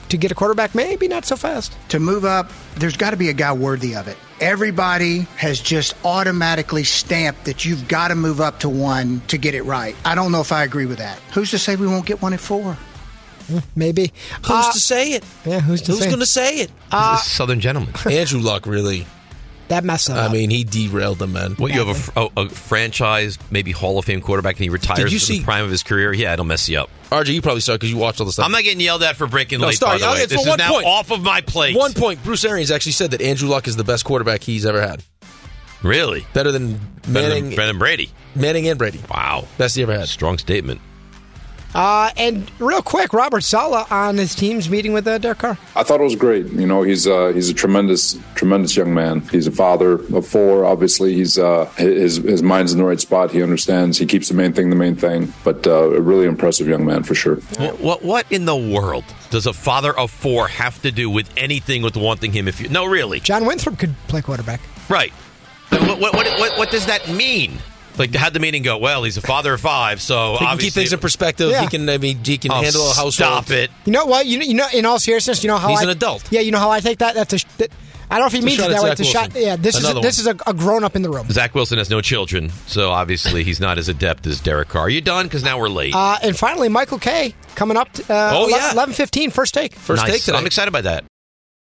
S2: to get a quarterback. Maybe not so fast.
S10: To move up, there's got to be a guy worthy of it. Everybody has just automatically stamped that you've got to move up to one to get it right. I don't know if I agree with that. Who's to say we won't get one at four?
S2: Hmm, Maybe.
S4: Who's
S2: Uh,
S4: to say it?
S2: yeah, who's to
S4: Who's
S2: say? Uh,
S4: going to say it?
S3: This is Southern gentleman.
S4: [laughs] Andrew Luck really.
S2: that mess
S4: I
S2: up?
S4: mean, he derailed them, man.
S3: What you have a, fr- a, a franchise, maybe Hall of Fame quarterback, and he retires
S4: you
S3: in
S4: see-
S3: the prime of his career. Yeah, it'll mess you up.
S4: RJ, you probably saw because you watched all the stuff.
S3: I'm not getting yelled at for breaking
S4: No,
S3: late.
S4: sorry.
S3: by the
S4: I'll
S3: way.
S4: get-
S3: this
S4: for
S3: is
S4: one
S3: now
S4: point.
S3: off of my plate.
S4: One point, Bruce Arians actually said that Andrew Luck is the best quarterback he's ever had.
S3: really.
S4: Better than Manning,
S3: Brendan, Brendan Brady.
S4: Manning and Brady.
S3: Wow,
S4: Best he ever had.
S3: strong statement.
S2: uh, and real quick, Robert Sala on his team's meeting with uh, Derek Carr.
S11: I thought it was great. You know, he's uh, he's a tremendous, tremendous young man. He's a father of four. Obviously, he's uh, his his mind's in the right spot. He understands. He keeps the main thing the main thing. But uh, a really impressive young man for sure.
S3: What, what what in the world does a father of four have to do with anything with wanting him? If you no, really,
S2: John Winthrop could play quarterback.
S3: right? What what, what, what what does that mean? Like, how'd the meeting go? Well, he's a father of five, so
S4: He can
S3: obviously
S4: keep things in perspective.
S2: Yeah.
S4: He can, I mean, he can
S3: Oh,
S4: handle a household.
S3: Stop it.
S2: You know what? You know, you know. In all seriousness, you know how
S4: He's
S2: I-
S4: an adult.
S2: Yeah, you know how I take that. That's a. sh- That, I don't know if he means
S4: shot
S2: it
S4: at
S2: that way.
S4: Zach
S2: It's a shot.
S4: Wilson.
S2: Yeah, this is
S4: Another
S2: this is a, a grown up in the room.
S3: Zach Wilson has no children, so obviously he's not as adept as Derek Carr. Are you done? Because now we're late.
S2: Uh, and finally, Michael K coming up. t- Uh,
S4: Oh, yeah.
S2: eleven fifteen. First take.
S4: First
S3: Nice.
S4: take today.
S3: I'm excited by that.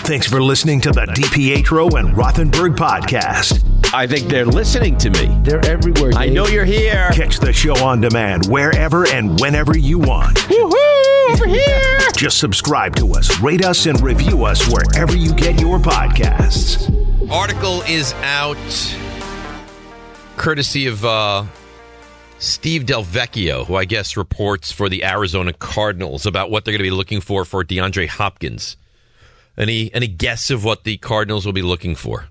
S1: Thanks for listening to the DPetro and Rothenberg podcast. I think they're listening to me. They're everywhere. I know you're here. Catch the show on demand wherever and whenever you want. Woohoo! Over here. Just subscribe to us, rate us, and review us wherever you get your podcasts.
S3: Article is out courtesy of uh, Steve Delvecchio, who I guess reports for the Arizona Cardinals about what they're going to be looking for for DeAndre Hopkins. Any any guess of what the Cardinals will be looking for?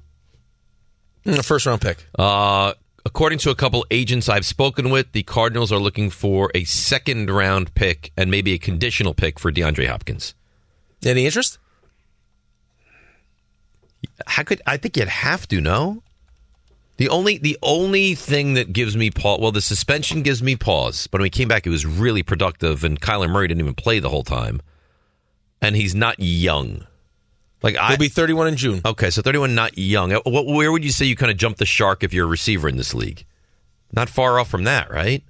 S4: Mm, first round pick.
S3: Uh, according to a couple agents I've spoken with, the Cardinals are looking for a second round pick and maybe a conditional pick for DeAndre Hopkins.
S4: Any interest?
S3: How could I think you'd have to know? The only the only thing that gives me pause well, the suspension gives me pause, but when he came back, it was really productive, and Kyler Murray didn't even play the whole time, and he's not young. Like I will
S4: be thirty one in June.
S3: Okay, so thirty one, not young. Uh, What, where would you say you kind of jump the shark if you're a receiver in this league? Not far off from that, right?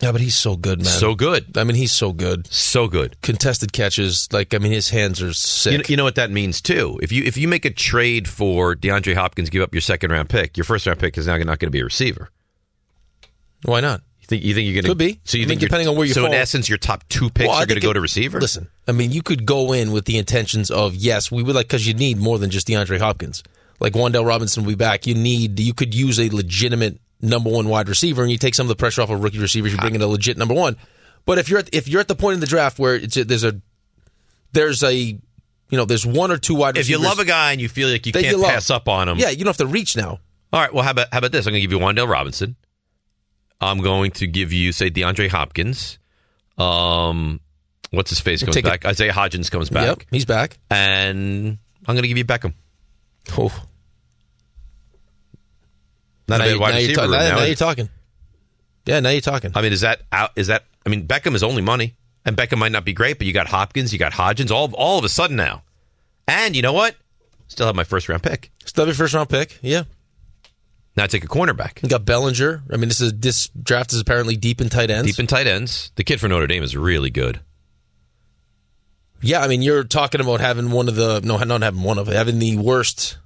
S4: Yeah, but he's so good, man.
S3: So good.
S4: I mean, he's so good.
S3: So good.
S4: Contested catches. Like, I mean, his hands are sick.
S3: You know, you know what that means too. If you if you make a trade for DeAndre Hopkins, give up your second round pick. Your first round pick is now not going to be a receiver.
S4: Why not?
S3: You think you think you're going to
S4: Could be.
S3: So
S4: I
S3: you
S4: mean,
S3: think you're-
S4: depending on where you
S3: So in
S4: fall.
S3: essence, your top two picks
S4: Well, I
S3: are going to
S4: think
S3: go
S4: it-
S3: to receiver.
S4: Listen, I mean, you could go in with the intentions of yes, we would like because you need more than just DeAndre Hopkins. Like Wandell Robinson will be back. You need you could use a legitimate number one wide receiver, and you take some of the pressure off of rookie receivers. You bring in a legit number one. But if you're at, if you're at the point in the draft where it's a, there's a there's a you know there's one or two wide
S3: if you
S4: receivers.
S3: love a guy and you feel like you
S4: that
S3: can't
S4: love.
S3: pass up on him,
S4: Yeah, you don't have to reach now.
S3: All right. Well, how about how about this? I'm going to give you Wandell Robinson. I'm going to give you say DeAndre Hopkins. Um, what's his face comes
S4: Take it-
S3: back? Isaiah Hodgins comes back,
S4: Yep, he's back.
S3: and I'm going to give you Beckham.
S4: Oh,
S3: Not
S4: Now
S3: a bad
S4: you-
S3: wide
S4: now you're
S3: receiver.
S4: talking-
S3: room
S4: now-
S3: now,
S4: now
S3: is
S4: you're
S3: it?
S4: talking. Yeah, now you're talking.
S3: I mean, is that out? Is that? I mean, Beckham is only money, and Beckham might not be great, but you got Hopkins, you got Hodgins, all all of a sudden now, and you know what? Still have my first round pick.
S4: Still have your first round pick. Yeah.
S3: Now I take a cornerback,
S4: You got Bellinger. I mean, this is this draft is apparently deep in tight ends.
S3: deep in tight ends. The kid from Notre Dame is really good.
S4: Yeah, I mean, you're talking about having one of the no, not having one of having the worst,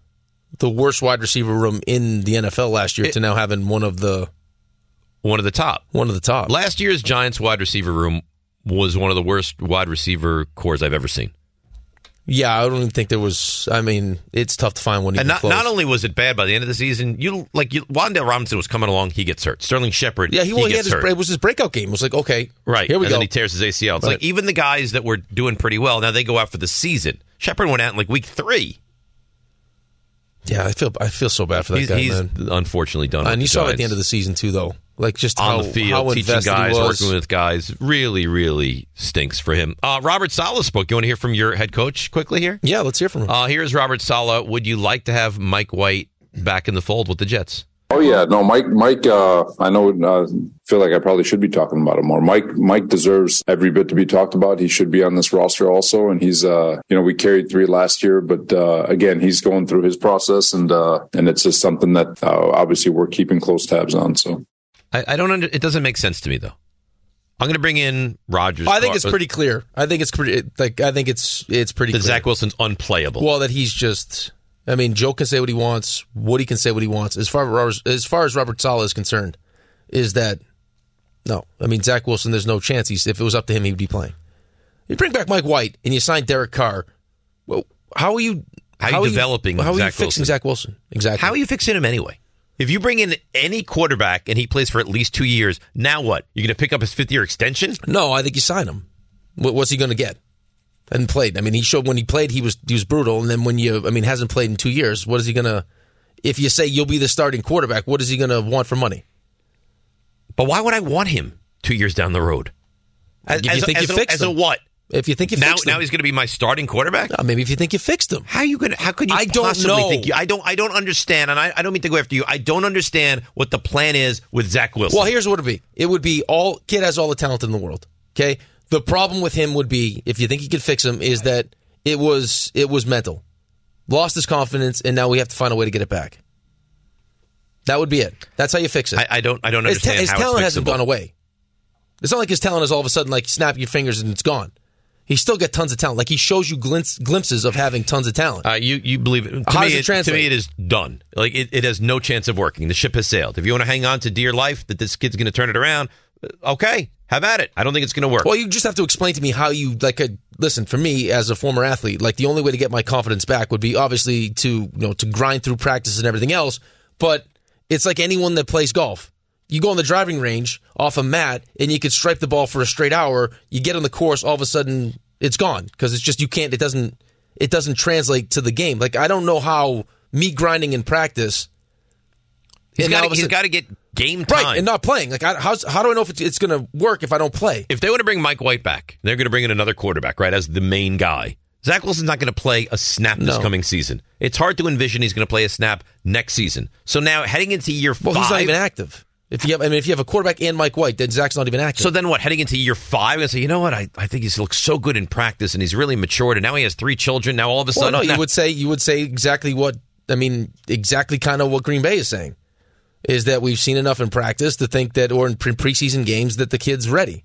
S4: the worst wide receiver room in the NFL last year to now having one of the
S3: One of the top.
S4: one of the top.
S3: Last year's Giants wide receiver room was one of the worst wide receiver cores I've ever seen.
S4: Yeah, I don't even think there was. I mean, it's tough to find one. Even
S3: And not,
S4: close.
S3: not only was it bad by the end of the season, you like you, Wandale Robinson was coming along, he gets hurt. Sterling Shepard,
S4: yeah, he, well, he, had
S3: gets
S4: his,
S3: hurt.
S4: it was his breakout game. It was like okay,
S3: right.
S4: here we
S3: and
S4: go.
S3: then he tears his ACL. It's
S4: Right.
S3: like even the guys that were doing pretty well now they go out for the season. Shepard went out in like week three.
S4: yeah, I feel I feel so bad for that
S3: He's,
S4: guy,
S3: he's
S4: man.
S3: unfortunately done. with
S4: And you
S3: the
S4: saw it at the
S3: Giants.
S4: end of the season too, though. Like just
S3: on
S4: how,
S3: the field,
S4: how
S3: teaching
S4: invested
S3: guys,
S4: he was.
S3: working with guys, really, really stinks for him. Uh, Robert Sala's book. You want to hear from your head coach quickly here?
S4: yeah, let's hear from him.
S3: Uh, here's Robert Sala. Would you like to have Mike White back in the fold with the Jets?
S11: Oh yeah, no, Mike. Mike, uh, I know. Uh, feel like I probably should be talking about him more. Mike, Mike deserves every bit to be talked about. He should be on this roster also, and he's, uh, you know, we carried three last year, but uh, again, he's going through his process, and uh, and it's just something that uh, obviously we're keeping close tabs on. So
S3: I, I don't. Under, it doesn't make sense to me though. I'm going to bring in Rogers.
S4: Oh, I think it's pretty clear. I think it's pretty. Like I think it's it's pretty.
S3: That
S4: clear.
S3: Zach Wilson's unplayable.
S4: Well, that he's just. I mean, Joe can say what he wants. Woody can say what he wants. As far as as far as Robert Sala is concerned, is that no, I mean Zach Wilson. There's no chance. He's if it was up to him, he'd be playing. You bring back Mike White and you sign Derek Carr. Well, how are you?
S3: How are you developing
S4: How are you
S3: Zach
S4: fixing
S3: Wilson?
S4: Zach Wilson? Exactly.
S3: How are you fixing him anyway? If you bring in any quarterback and he plays for at least two years, now what? You're going to pick up his fifth year extension?
S4: No, I think you sign him. What, what's he going to get? And played. I mean, he showed when he played, he was he was brutal. And then when you, I mean, hasn't played in two years. What is he going to? If you say you'll be the starting quarterback, what is he going to want for money?
S3: But why would I want him two years down the road? As,
S4: If you
S3: as a-
S4: think you
S3: as a-
S4: fixed
S3: as a
S4: him.
S3: what?
S4: If you think you
S3: now,
S4: fixed
S3: now
S4: him. Uh,
S3: he's going to be my starting quarterback.
S4: maybe if you think you fixed him,
S3: how you going? How could you?
S4: I don't
S3: possibly
S4: know.
S3: Think you, I don't. I don't understand, and I, I don't mean to go after you. I don't understand what the plan is with Zach Wilson.
S4: Well, here's what it'd be. It would be all kid has all the talent in the world. Okay. The problem with him would be, if you think you could fix him, is that it was it was mental. Lost his confidence, and now we have to find a way to get it back. That would be it. That's how you fix it. I,
S3: don't. I don't
S4: His, ta-
S3: understand
S4: his
S3: how it's
S4: talent hasn't
S3: fixable.
S4: gone away. It's not like his talent is all of a sudden like snap your fingers and it's gone. He's still got tons of talent. Like he shows you glints, glimpses of having tons of talent.
S3: Uh, you you believe it? To
S4: How
S3: me,
S4: does it
S3: to
S4: translate?
S3: me, it is done. Like it, it has no chance of working. The ship has sailed. If you want to hang on to dear life that this kid's going to turn it around, uh, okay, have at it. I don't think it's going to work.
S4: Well, you just have to explain to me how you like. Could, listen, for me as a former athlete, like the only way to get my confidence back would be obviously to you know to grind through practice and everything else. But it's like anyone that plays golf. You go on the driving range off a mat and you could stripe the ball for a straight hour. You get on the course, all of a sudden it's gone because it's just you can't. It doesn't. It doesn't translate to the game. Like I don't know how me grinding in practice.
S3: He's
S4: and all
S3: got
S4: of a
S3: he's
S4: sudden-
S3: got to get game time.
S4: right and not playing. Like I, how's, how do I know if it's, it's going to work if I don't play?
S3: If they want to bring Mike White back, they're going to bring in another quarterback, right, as the main guy. Zach Wilson's not going to play a snap this
S4: No.
S3: coming season. It's hard to envision he's going to play a snap next season. So now heading into year
S4: Well,
S3: five,
S4: he's not even active. If you have, I mean, if you have a quarterback and Mike White, then Zach's not even active.
S3: So then what? Heading into year five, I say, you know what? I, I think he's looked so good in practice, and he's really matured, and now he has three children. Now all of a
S4: well,
S3: sudden,
S4: no, you
S3: now-
S4: would say you would say exactly what I mean, exactly kind of what Green Bay is saying is that we've seen enough in practice to think that, or in pre- preseason games, that the kid's ready.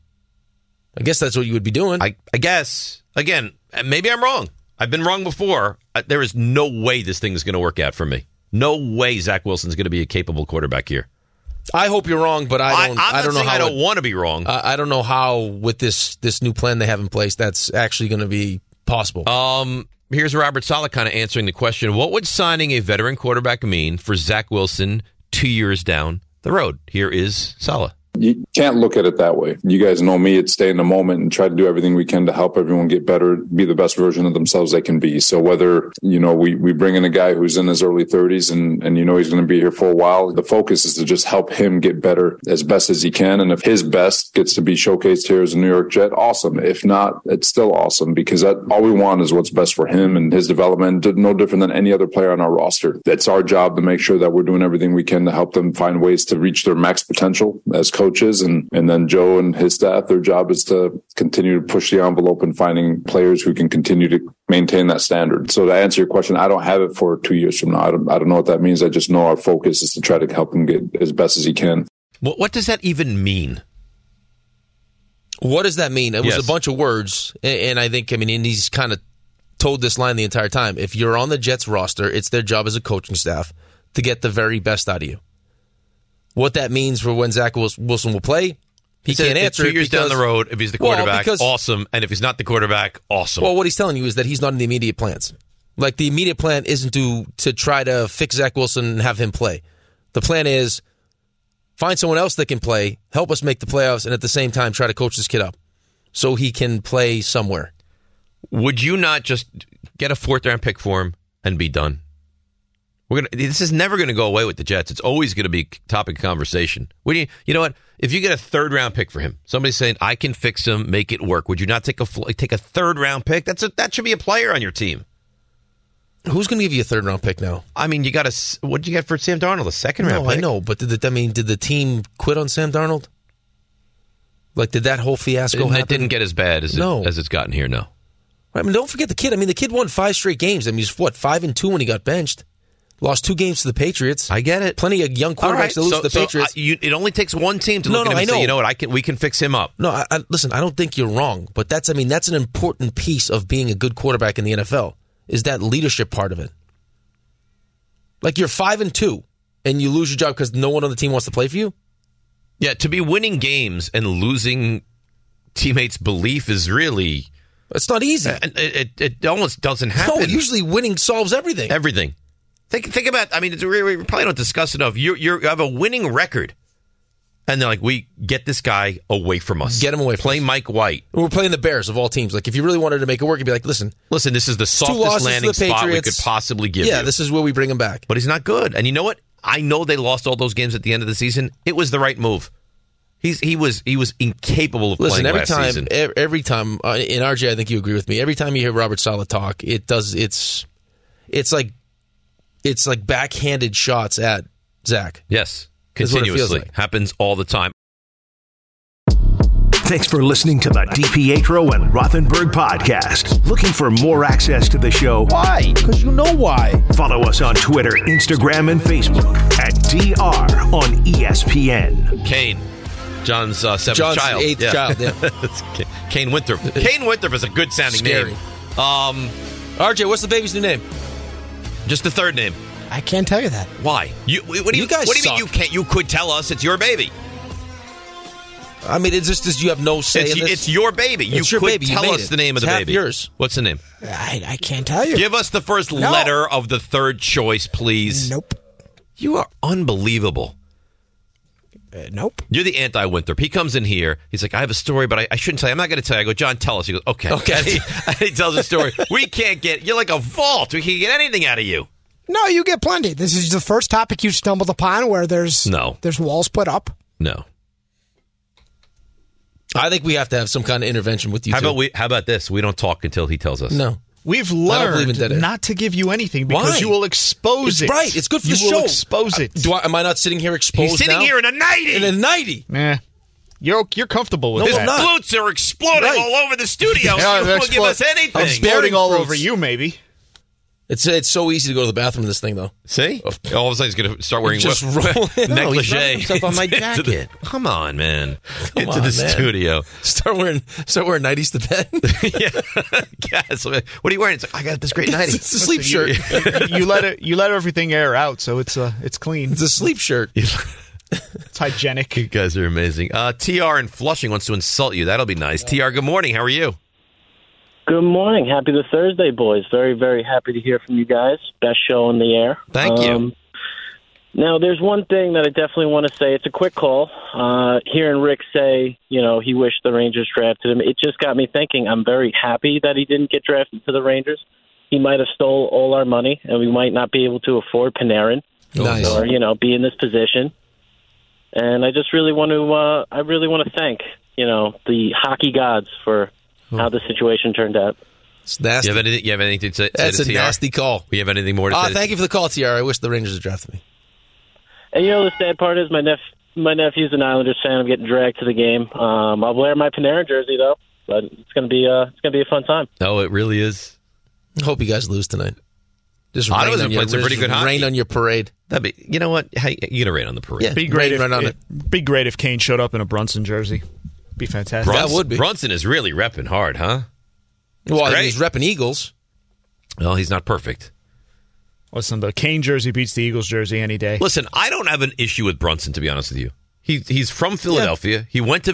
S4: I guess that's what you would be doing.
S3: I, I guess again, maybe I'm wrong. I've been wrong before. Uh, There is no way this thing is going to work out for me. No way Zach Wilson's going to be a capable quarterback here.
S4: I hope you're wrong, but I don't.
S3: I- I'm
S4: I, don't
S3: not
S4: know
S3: saying
S4: how.
S3: I don't
S4: it-
S3: want to be wrong.
S4: I, I don't know how with this this new plan they have in place that's actually going to be possible.
S3: Um, here's Robert Sala kind of answering the question: What would signing a veteran quarterback mean for Zach Wilson two years down the road? Here is Sala.
S11: you can't look at it that way. You guys know me, it's stay in the moment and try to do everything we can to help everyone get better, be the best version of themselves they can be. So whether, you know, we, we bring in a guy who's in his early thirties and, and you know he's gonna be here for a while, the focus is to just help him get better as best as he can. And if his best gets to be showcased here as a New York Jet, awesome. If not, it's still awesome because that all we want is what's best for him and his development, no different than any other player on our roster. It's our job to make sure that we're doing everything we can to help them find ways to reach their max potential as coaches. And, and then Joe and his staff, their job is to continue to push the envelope and finding players who can continue to maintain that standard. So to answer your question, I don't have it for two years from now. I don't, I don't know what that means. I just know our focus is to try to help him get as best as he can.
S3: What, what does that even mean?
S4: What does that mean? It
S3: Yes.
S4: was a bunch of words, a- and I think I mean, and he's kind of told this line the entire time. If you're on the Jets roster, it's their job as a coaching staff to get the very best out of you. What that means for when Zach Wils- Wilson will play, he
S3: said
S4: can't
S3: if
S4: answer.
S3: Two
S4: it
S3: years down
S4: because-
S3: the road, if he's the
S4: Well,
S3: quarterback,
S4: because-
S3: awesome, and if he's not the quarterback, awesome.
S4: Well, what he's telling you is that he's not in the immediate plans. Like the immediate plan isn't to to try to fix Zach Wilson and have him play. The plan is find someone else that can play, help us make the playoffs, and at the same time try to coach this kid up so he can play somewhere.
S3: Would you not just get a fourth round pick for him and be done? We're gonna. This is never going to go away with the Jets. It's always going to be topic of conversation. Would you? You know what? If you get a third round pick for him, somebody's saying I can fix him, make it work. Would you not take a fl- take a third round pick? That's a that should be a player on your team.
S4: Who's going to give you a third round pick now?
S3: I mean, you got a what did you get for Sam Darnold? A second round.
S4: No, I
S3: pick?
S4: know, but did the, I mean, did the team quit on Sam Darnold? Like, did that whole fiasco
S3: And
S4: happen?
S3: it didn't get as bad as
S4: No.
S3: it, as it's gotten here. No.
S4: I mean, don't forget the kid. I mean, the kid won five straight games. I mean, he's what five and two when he got benched. Lost two games to the Patriots. I
S3: get it.
S4: Plenty of young quarterbacks that lose
S3: so,
S4: to the
S3: so,
S4: Patriots.
S3: I- you, it only takes one team to
S4: No,
S3: look
S4: no,
S3: at him
S4: I
S3: and
S4: know.
S3: say, you know what, I can we can fix him up.
S4: no, I, I, listen. I don't think you're wrong, but that's. I mean, that's an important piece of being a good quarterback in the NFL. Is that leadership part of it? Like you're five and two, and you lose your job because no one on the team wants to play for you.
S3: Yeah, to be winning games and losing teammates' belief is really.
S4: It's not easy.
S3: It, it, it almost doesn't happen.
S4: No, usually winning solves everything.
S3: Everything. Think think about. I mean, it's, we, we probably don't discuss enough. You you have a winning record, and they're like, we get this guy away from us. Get him away. Play Mike White.
S4: We're playing the Bears of all teams. Like, if you really wanted to make it work, you'd be like, listen,
S3: Listen, this is the
S4: losses
S3: softest
S4: to the
S3: landing spot we could
S4: Patriots.
S3: possibly give
S4: Yeah,
S3: you.
S4: this is where we bring him back.
S3: But he's not good. And you know what? I know they lost all those games at the end of the season. It was the right move. He's he was he was incapable of
S4: Listen,
S3: playing
S4: every
S3: last
S4: time,
S3: season.
S4: ev- every time, uh, in RJ, I think you agree with me. Every time you hear Robert Sala talk, it does. It's, it's like, it's like backhanded shots at Zach.
S3: Yes,
S4: That's what it
S3: continuously
S4: feels
S3: happens all the time.
S1: Thanks for listening to the DiPietro and Rothenberg podcast. Looking for more access to the show? Why? Because you know why. Follow us on Twitter, Instagram, and Facebook at DR on E ESPN.
S3: Kane, John's uh, seventh
S4: John's
S3: child,
S4: eighth child, yeah.
S3: It's [laughs] K- Kane Winthrop. Kane Winthrop is a good sounding
S4: Scary.
S3: name. Um,
S4: RJ, what's the baby's new name?
S3: Just the third name.
S2: I can't tell you that.
S3: Why? You what do you,
S4: You guys
S3: What do you
S4: suck.
S3: mean you can't? You could tell us it's your baby.
S4: I mean, it's just as you have no say
S3: It's,
S4: in this.
S3: it's your baby. You
S4: It's your
S3: could
S4: baby. You
S3: tell
S4: made
S3: us
S4: it.
S3: the name of
S4: It's
S3: the
S4: half
S3: baby.
S4: yours.
S3: What's the name?
S2: I, I can't tell you.
S3: Give us the first
S2: No.
S3: letter of the third choice, please.
S2: Nope.
S3: You are unbelievable.
S2: nope.
S3: You're the anti Winthrop. He comes in here. He's like, I have a story, but I, I shouldn't tell you. I'm not going to tell you. I go, John, tell us. He goes, okay.
S4: Okay.
S3: And he, and [laughs] he tells a story. We can't get, you're like a vault. We can't get anything out of you.
S2: No, you get plenty. This is the first topic you stumbled upon where there's
S3: No.
S2: there's walls put up.
S3: No.
S4: I think we have to have some kind of intervention with you.
S3: How
S4: two.
S3: about we, how about this? We don't talk until he tells us.
S4: No.
S6: We've
S4: believe in dead air.
S6: learned not to give you anything because
S4: Why?
S6: you will expose
S4: It's
S6: it.
S4: right. It's good for
S6: you
S4: the
S6: will
S4: show. Uh,
S6: Expose it.
S4: Do I, am I not sitting here exposed?
S3: He's sitting
S4: now?
S3: here in a 90.
S4: in a ninety.
S6: Nah. You're you're comfortable with
S3: His
S6: that.
S3: glutes are exploding
S4: Right.
S3: all over the studio.
S4: Yeah,
S3: so you
S4: they're
S3: won't give
S4: explo-
S3: us anything.
S4: Exploding all over
S6: you, maybe.
S4: It's it's so easy to go to the bathroom in this thing though.
S3: See? All of a sudden, he's going to start wearing
S4: Just
S3: wh-
S4: rolling.
S3: [laughs]
S4: No, he's
S3: negligee.
S4: rubbing himself on my
S3: [laughs] into the-
S4: jacket.
S3: come on, man.
S4: Come
S3: into
S4: on,
S3: the
S4: man.
S3: studio. [laughs]
S4: Start wearing start wearing nineties to bed.
S3: Yes. What are you wearing? It's like, I got this great
S4: [laughs]
S3: nightie.
S4: it's a sleep shirt.
S6: [laughs] you let it you let everything air out, so it's uh it's clean.
S4: It's a
S6: [laughs]
S4: sleep shirt.
S6: It's hygienic.
S3: You guys are amazing. Uh, TR in Flushing wants to insult you. That'll be nice. TR, good morning. How are you?
S12: Good morning. Happy the Thursday, boys. Very, very happy to hear from you guys. Best show on the air.
S3: Thank you.
S12: you. Now, there's one thing that I definitely want to say. It's a quick call. Uh, hearing Rick say, you know, he wished the Rangers drafted him, it just got me thinking. I'm very happy that he didn't get drafted to the Rangers. He might have stole all our money, and we might not be able to afford Panarin
S4: Nice.
S12: or you know be in this position. And I just really want to uh, I really want to thank you know the hockey gods for
S3: Oh.
S12: how the situation turned out.
S4: It's nasty.
S3: You have anything? You have anything to say?
S4: That's
S3: say
S4: a
S3: to TR?
S4: nasty call.
S3: We have anything more to
S4: Ah,
S3: say?
S4: thank you for the call, TR. I wish the Rangers had drafted me.
S12: And you know the sad part is my neph my nephew's an Islanders fan. I'm getting dragged to the game. Um, I'll wear my Panera jersey though, but it's gonna be uh, it's gonna be a fun time.
S3: No, Oh, it really is.
S4: I hope you guys lose tonight. Just rain
S3: Ottawa's
S4: on
S3: been
S4: your,
S3: playing some pretty
S4: just
S3: good hockey.
S4: rain on your parade.
S3: That'd be. You know what? Hey, you're gonna rain on the parade.
S4: Yeah,
S6: Be great
S4: rain
S6: if
S4: right on it.
S6: be great if Kane showed up in a Brunson jersey. Be fantastic.
S3: Brunson,
S4: would be.
S3: Brunson is really repping hard, huh?
S4: Well,
S3: great.
S4: he's repping Eagles.
S3: Well, he's not perfect.
S6: Listen, the Kane jersey beats the Eagles jersey any day.
S3: Listen, I don't have an issue with Brunson. To be honest with you, he he's from Philadelphia. He went to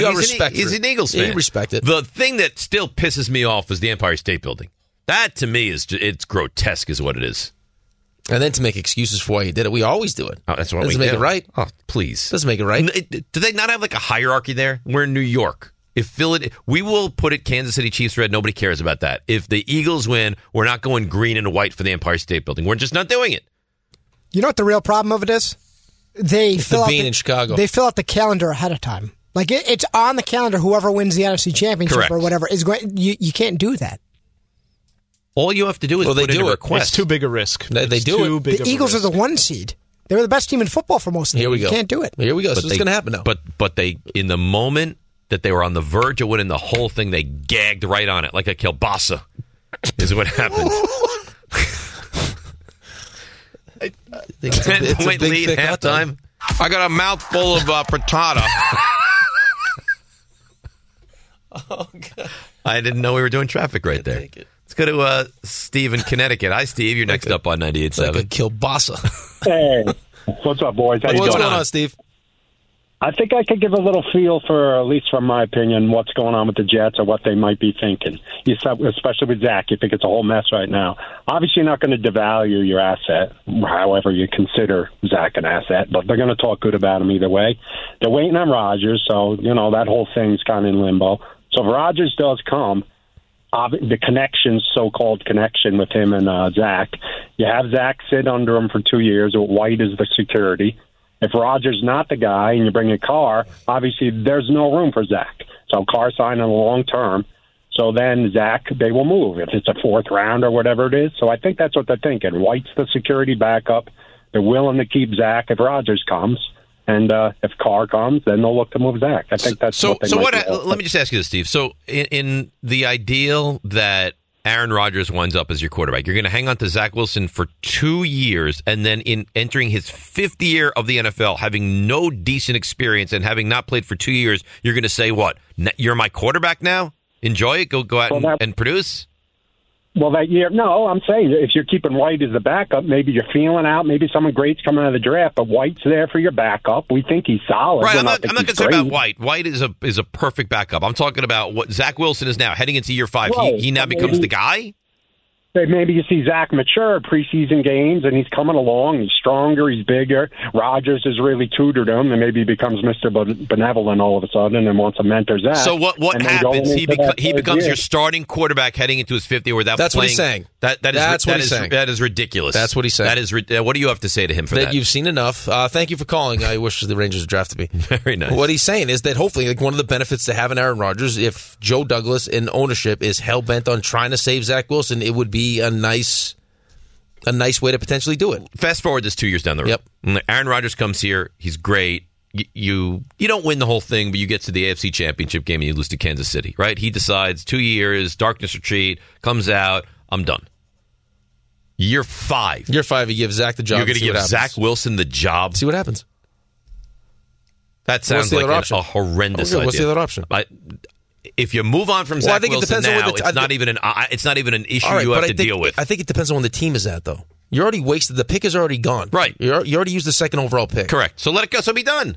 S4: You
S3: he's
S4: gotta
S3: an, E-
S4: respect
S3: He's
S4: it.
S3: an Eagles
S4: Yeah,
S3: fan.
S4: you respect it.
S3: The thing that still pisses me off is the Empire State Building. That to me is ju- it's grotesque, is what it is.
S4: And then to make excuses for why you did it, we always do it.
S3: Oh, that's what
S4: Doesn't
S3: we
S4: make
S3: do.
S4: it right.
S3: Oh, please.
S4: Doesn't make it right.
S3: N- it- Do they not have like a hierarchy there? We're in New York. If Philad- we will put it Kansas City Chiefs red. Nobody cares about that. If the Eagles win, we're not going green and white for the Empire State Building. We're just not doing it.
S2: You know what the real problem of it is? They
S4: It's
S2: fill
S4: the
S2: out
S4: bean in Chicago.
S2: They fill out the calendar ahead of time. Like it, it's on the calendar. Whoever wins the NFC Championship
S3: Correct.
S2: or whatever is going. You, you can't do that.
S3: All you have to do is
S4: Well, they
S3: put in
S4: do
S3: a
S4: it.
S3: request.
S6: It's too big a risk.
S4: They- they
S6: It's
S4: do
S6: too
S4: it.
S6: Big of
S2: the
S6: a
S2: Eagles are
S6: risk.
S2: the one seed. They were the best team in football for most of the
S4: Here we
S2: year.
S4: go.
S2: You can't do it.
S4: Here we go. So
S3: But
S4: what's
S3: they-
S4: going to happen now?
S3: But but they in the moment that they were on the verge of winning the whole thing, they gagged right on it like a kielbasa. Is
S4: [laughs]
S3: what happened.
S4: It's a- it's a
S3: Ten point
S4: big,
S3: lead
S4: thick hot dog.
S3: halftime. I got a mouthful of uh,
S4: [laughs]
S3: frittata. I didn't know we were doing traffic right there.
S4: take it.
S3: Let's go to uh, Steve in Connecticut. Hi, Steve. You're next up on
S4: Like a
S3: 98.7.
S4: kielbasa.
S8: Hey, what's up, boys? How you
S4: What's
S8: doing?
S4: going on, Steve?
S8: I think I could give a little feel for, at least from my opinion, what's going on with the Jets or what they might be thinking. You said, especially with Zach, you think it's a whole mess right now. Obviously, you're not going to devalue your asset, however you consider Zach an asset, but they're going to talk good about him either way. They're waiting on Rodgers, so you know that whole thing's kind of in limbo. So if Rodgers does come, ob- the connection, so-called connection with him and uh, Zach. You have Zach sit under him for two years. with White is the security. If Rogers not the guy, and you bring a car, obviously there's no room for Zach. So Carr signed on the long term. So then Zach, they will move if it's a fourth round or whatever it is. So I think that's what they're thinking. White's the security backup. They're willing to keep Zach if Rogers comes, and uh, if Carr comes, then they'll look to move Zach. I think that's
S3: So,
S8: what they
S3: so
S8: might
S3: what?
S8: be
S3: I,
S8: hoping.
S3: let me just ask you this, Steve. So, in, in the ideal that Aaron Rodgers winds up as your quarterback, you're going to hang on to Zach Wilson for two years, and then in entering his fifth year of the NFL, having no decent experience and having not played for two years, you're going to say, "What? N- You're my quarterback now. Enjoy it. Go, go out and, and produce."
S8: Well, that year, no, I'm saying if you're keeping White as the backup, maybe you're feeling out. Maybe someone great's coming out of the draft, but White's there for your backup. We think he's solid.
S3: Right,
S8: We're
S3: I'm not.
S8: think
S3: I'm not
S8: he's
S3: concerned about
S8: great.
S3: White. White is a is a perfect backup. I'm talking about what Zach Wilson is now heading into year five.
S8: Right.
S3: He, he now
S8: I mean,
S3: becomes
S8: he-
S3: the guy.
S8: But Maybe you see Zach mature preseason games, and he's coming along. He's stronger. He's bigger. Rogers has really tutored him, and maybe he becomes Mister Benevolent all of a sudden, and wants to mentor Zach.
S3: So what what
S8: And then going
S3: happens? He
S8: into
S3: beco-
S8: that
S3: he
S8: third
S3: becomes
S8: year.
S3: your starting quarterback heading into his fifth year without
S4: That's what
S3: playing.
S4: he's saying.
S3: That that is
S4: That's
S3: that
S4: what he's
S3: is-
S4: saying.
S3: that is ridiculous.
S4: That's what he's saying.
S3: That is rid- uh, what do you have to say to him for
S4: that,
S3: that?
S4: you've seen enough. Uh, thank you for calling. I wish the Rangers drafted
S3: [laughs]
S4: me. Very
S3: nice.
S4: What he's saying is that hopefully, like one of the benefits to having Aaron Rodgers, if Joe Douglas in ownership is hell bent on trying to save Zach Wilson, it would be a nice, a nice way to potentially do it.
S3: Fast forward this two years down the road. Yep. Aaron Rodgers comes here. He's great. You, you you don't win the whole thing, but you get to the AFC Championship game and you lose to Kansas City. Right? He decides two years, darkness retreat, comes out. I'm done. Year five.
S4: Year five. You give Zach the job.
S3: You're going
S4: see
S3: to
S4: what
S3: give
S4: happens.
S3: Zach Wilson the job.
S4: See what happens.
S3: That
S4: What's
S3: sounds
S4: the
S3: like
S4: other
S3: an-
S4: option?
S3: a horrendous
S4: Okay, what's
S3: idea.
S4: the other option?
S3: I, if you move on from
S4: Well,
S3: Zach
S4: I think it
S3: Wilson
S4: depends on
S3: now,
S4: what the- I
S3: it's not
S4: thi-
S3: even an I- it's not even an issue
S4: All right,
S3: you
S4: but
S3: have
S4: I
S3: to
S4: think,
S3: deal with.
S4: I think it depends on when the team is at, though. You're already wasted. The pick is already gone. Right. You're, you already used the second overall pick.
S3: Correct. So let it go. So be done.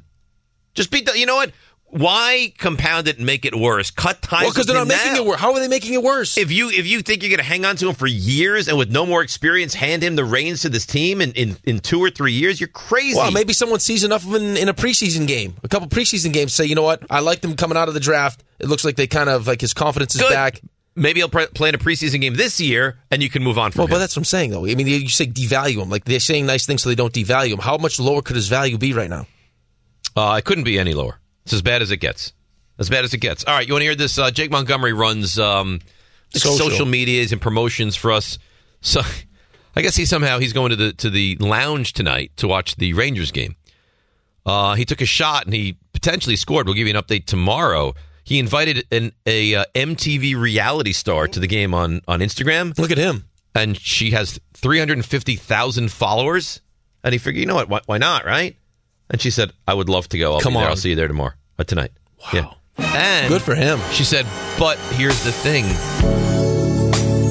S3: Just be done. You know what? Why compound it and make it worse? Cut ties.
S4: Well, 'cause they're not making it
S3: worse.
S4: How are they making it worse?
S3: If you if you think you're going to hang on to him for years and with no more experience, hand him the reins to this team in, in, in two or three years, you're crazy.
S4: Well, maybe someone sees enough of him in a preseason game, a couple preseason games. Say, you know what? I like them coming out of the draft. It looks like they kind of like his confidence is back.
S3: Maybe he'll pre- play in a preseason game this year, and you can move on from
S4: Well,
S3: him.
S4: but that's what I'm saying though. I mean, you say devalue him. Like they're saying nice things, so they don't devalue him. How much lower could his value be right now?
S3: Uh, it couldn't be any lower. It's as bad as it gets. As bad as it gets. All right, you want to hear this? Uh, Jake Montgomery runs um,
S4: Social.
S3: social. medias and promotions for us. So [laughs] I guess he somehow he's going to the to the lounge tonight to watch the Rangers game. Uh, he took a shot and he potentially scored. We'll give you an update tomorrow. He invited an a uh, MTV reality star to the game on on Instagram.
S4: Look at him,
S3: and she has three hundred and fifty thousand followers. And he figured, you know what? Why, why not? Right? And she said, "I would love to go. I'll
S4: Come
S3: be there.
S4: on.
S3: I'll see you there tomorrow, uh, tonight." Wow. And
S4: Good for him.
S3: She said, "But here's the thing.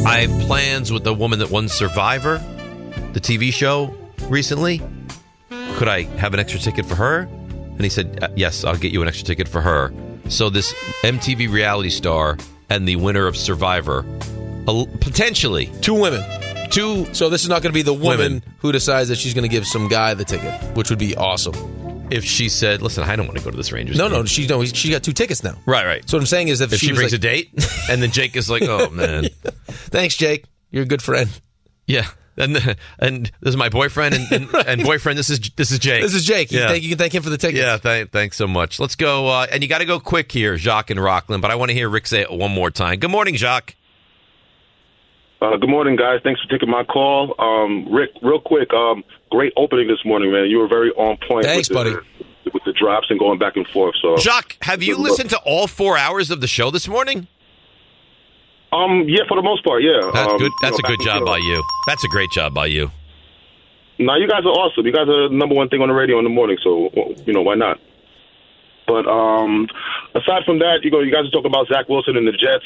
S3: I have plans with the woman that won Survivor, the TV show, recently. Could I have an extra ticket for her?" And he said, "Uh, "Yes, I'll get you an extra ticket for her." So this MTV reality star and the winner of Survivor, al- potentially
S4: two women,
S3: two.
S4: So this is not going to be the woman
S3: Women.
S4: who decides that she's going to give some guy the ticket, which would be awesome.
S3: If she said, "Listen, I don't want to go to this Rangers."
S4: No,
S3: game."
S4: no, she no, she got two tickets now.
S3: Right, right.
S4: So what I'm saying is, if,
S3: If she
S4: was
S3: brings
S4: like,
S3: a date, and then Jake is
S4: [laughs]
S3: like, "Oh man,
S4: thanks, Jake, you're a good friend."
S3: yeah." And and this is my boyfriend, and,
S4: [laughs]
S3: and, and boyfriend, this is this is Jake.
S4: This is Jake. You thank- you can thank him for the tickets.
S3: Yeah, thank, thanks so much. Let's go, uh, and you got to go quick here, Jacques and Rockland. But I want to hear Rick say it one more time. Good morning, Jacques.
S13: Uh, good morning, guys. Thanks for taking my call. Um, Rick, real quick, um, great opening this morning, man. You were very on point.
S3: Thanks,
S13: with the, With the drops and going back and forth. So,
S3: Jacques, have you
S13: Good luck.
S3: listened to all four hours of the show this morning?
S13: Um, yeah, for the most part, yeah.
S3: That's
S13: Um,
S3: good.
S13: you know,
S3: That's a
S13: back
S3: good
S13: and
S3: job
S13: forth.
S3: by you. That's a great job by you.
S13: No, you guys are awesome. You guys are the number one thing on the radio in the morning, so well, you know why not. But um, aside from that, you go. You guys are talking about Zach Wilson and the Jets.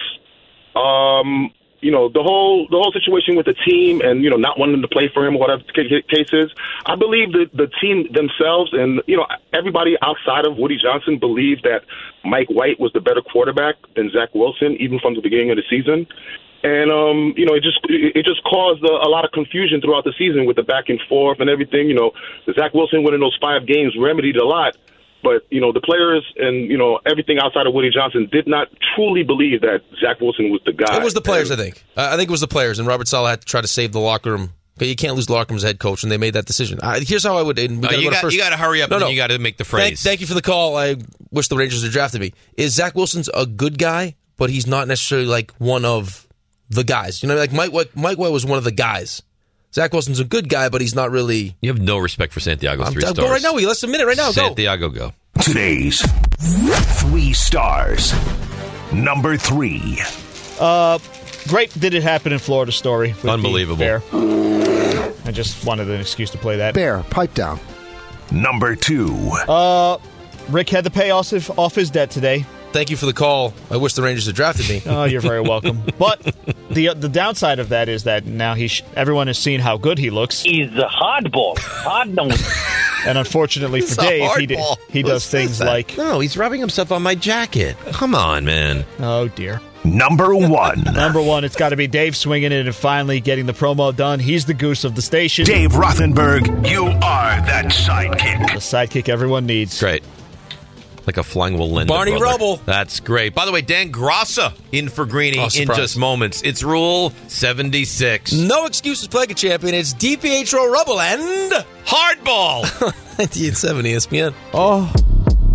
S13: Um, you know, the whole the whole situation with the team and you know not wanting to play for him or whatever the ca- case is. I believe that the team themselves and you know everybody outside of Woody Johnson believed that Mike White was the better quarterback than Zach Wilson, even from the beginning of the season. And um, you know, it just it it just caused a, a lot of confusion throughout the season with the back and forth and everything. You know, Zach Wilson winning those five games remedied a lot. But you know the players and you know everything outside of Woody Johnson did not truly believe that Zach Wilson was the guy.
S4: It was the players, I think. I I think it was the players, and Robert Sala had to try to save the locker room. 'Cause You can't lose the locker room as head coach, and they made that decision. I, here's how I would. And we
S3: No,
S4: gotta
S3: Uh, you
S4: go to
S3: got-
S4: first-
S3: you gotta hurry up
S4: No,
S3: and
S4: no.
S3: then you gotta make the
S4: Thank-
S3: phrase.
S4: Thank, you for the call. I wish the Rangers had drafted me. Is Zach Wilson's a good guy, but he's not necessarily like one of the guys. You know, like Mike. White- Mike White was one of the guys. Zach Wilson's a good guy, but he's not really.
S3: You have no respect for Santiago's
S4: I'm,
S3: three
S4: I'll
S3: stars.
S4: go right now. Let's admit it right now. Go.
S3: Santiago, go.
S1: Today's three stars. Number three.
S6: Uh, great. Did it happen in Florida? Story. with the
S1: Unbelievable.
S6: Bear. I just wanted an excuse to play that.
S1: Bear, pipe down. Number two.
S6: Uh, Rick had to pay off his, off his debt today.
S4: Thank you for the call. I wish the Rangers had drafted me.
S6: Oh, you're
S3: [laughs]
S6: very welcome. But the uh, the downside of that is that now he sh- everyone has seen how good he looks. He's a hardball, hard nose. [laughs] And unfortunately for
S3: It's a
S6: Dave, he, d-
S3: hardball.
S6: he
S3: Who
S6: does
S3: says
S6: things
S3: that?
S6: like
S3: no, he's rubbing himself on my jacket. Come on, man.
S6: Oh dear.
S1: Number one.
S6: [laughs] Number one, it's got to be Dave swinging it and finally getting the promo done. He's the goose of the station.
S1: Dave Rothenberg, you are that sidekick.
S6: the sidekick everyone needs.
S3: Great. Like a flying will lend.
S4: Barney Rubble.
S3: That's great. By the way, Dan Grossa in for Greeny
S4: Oh,
S3: in
S4: surprise.
S3: just moments. It's Rule 76.
S4: No excuses, Plague a Champion. It's DPHRO Rubble and
S3: Hardball.
S4: [laughs] 1970 ESPN.
S1: Oh.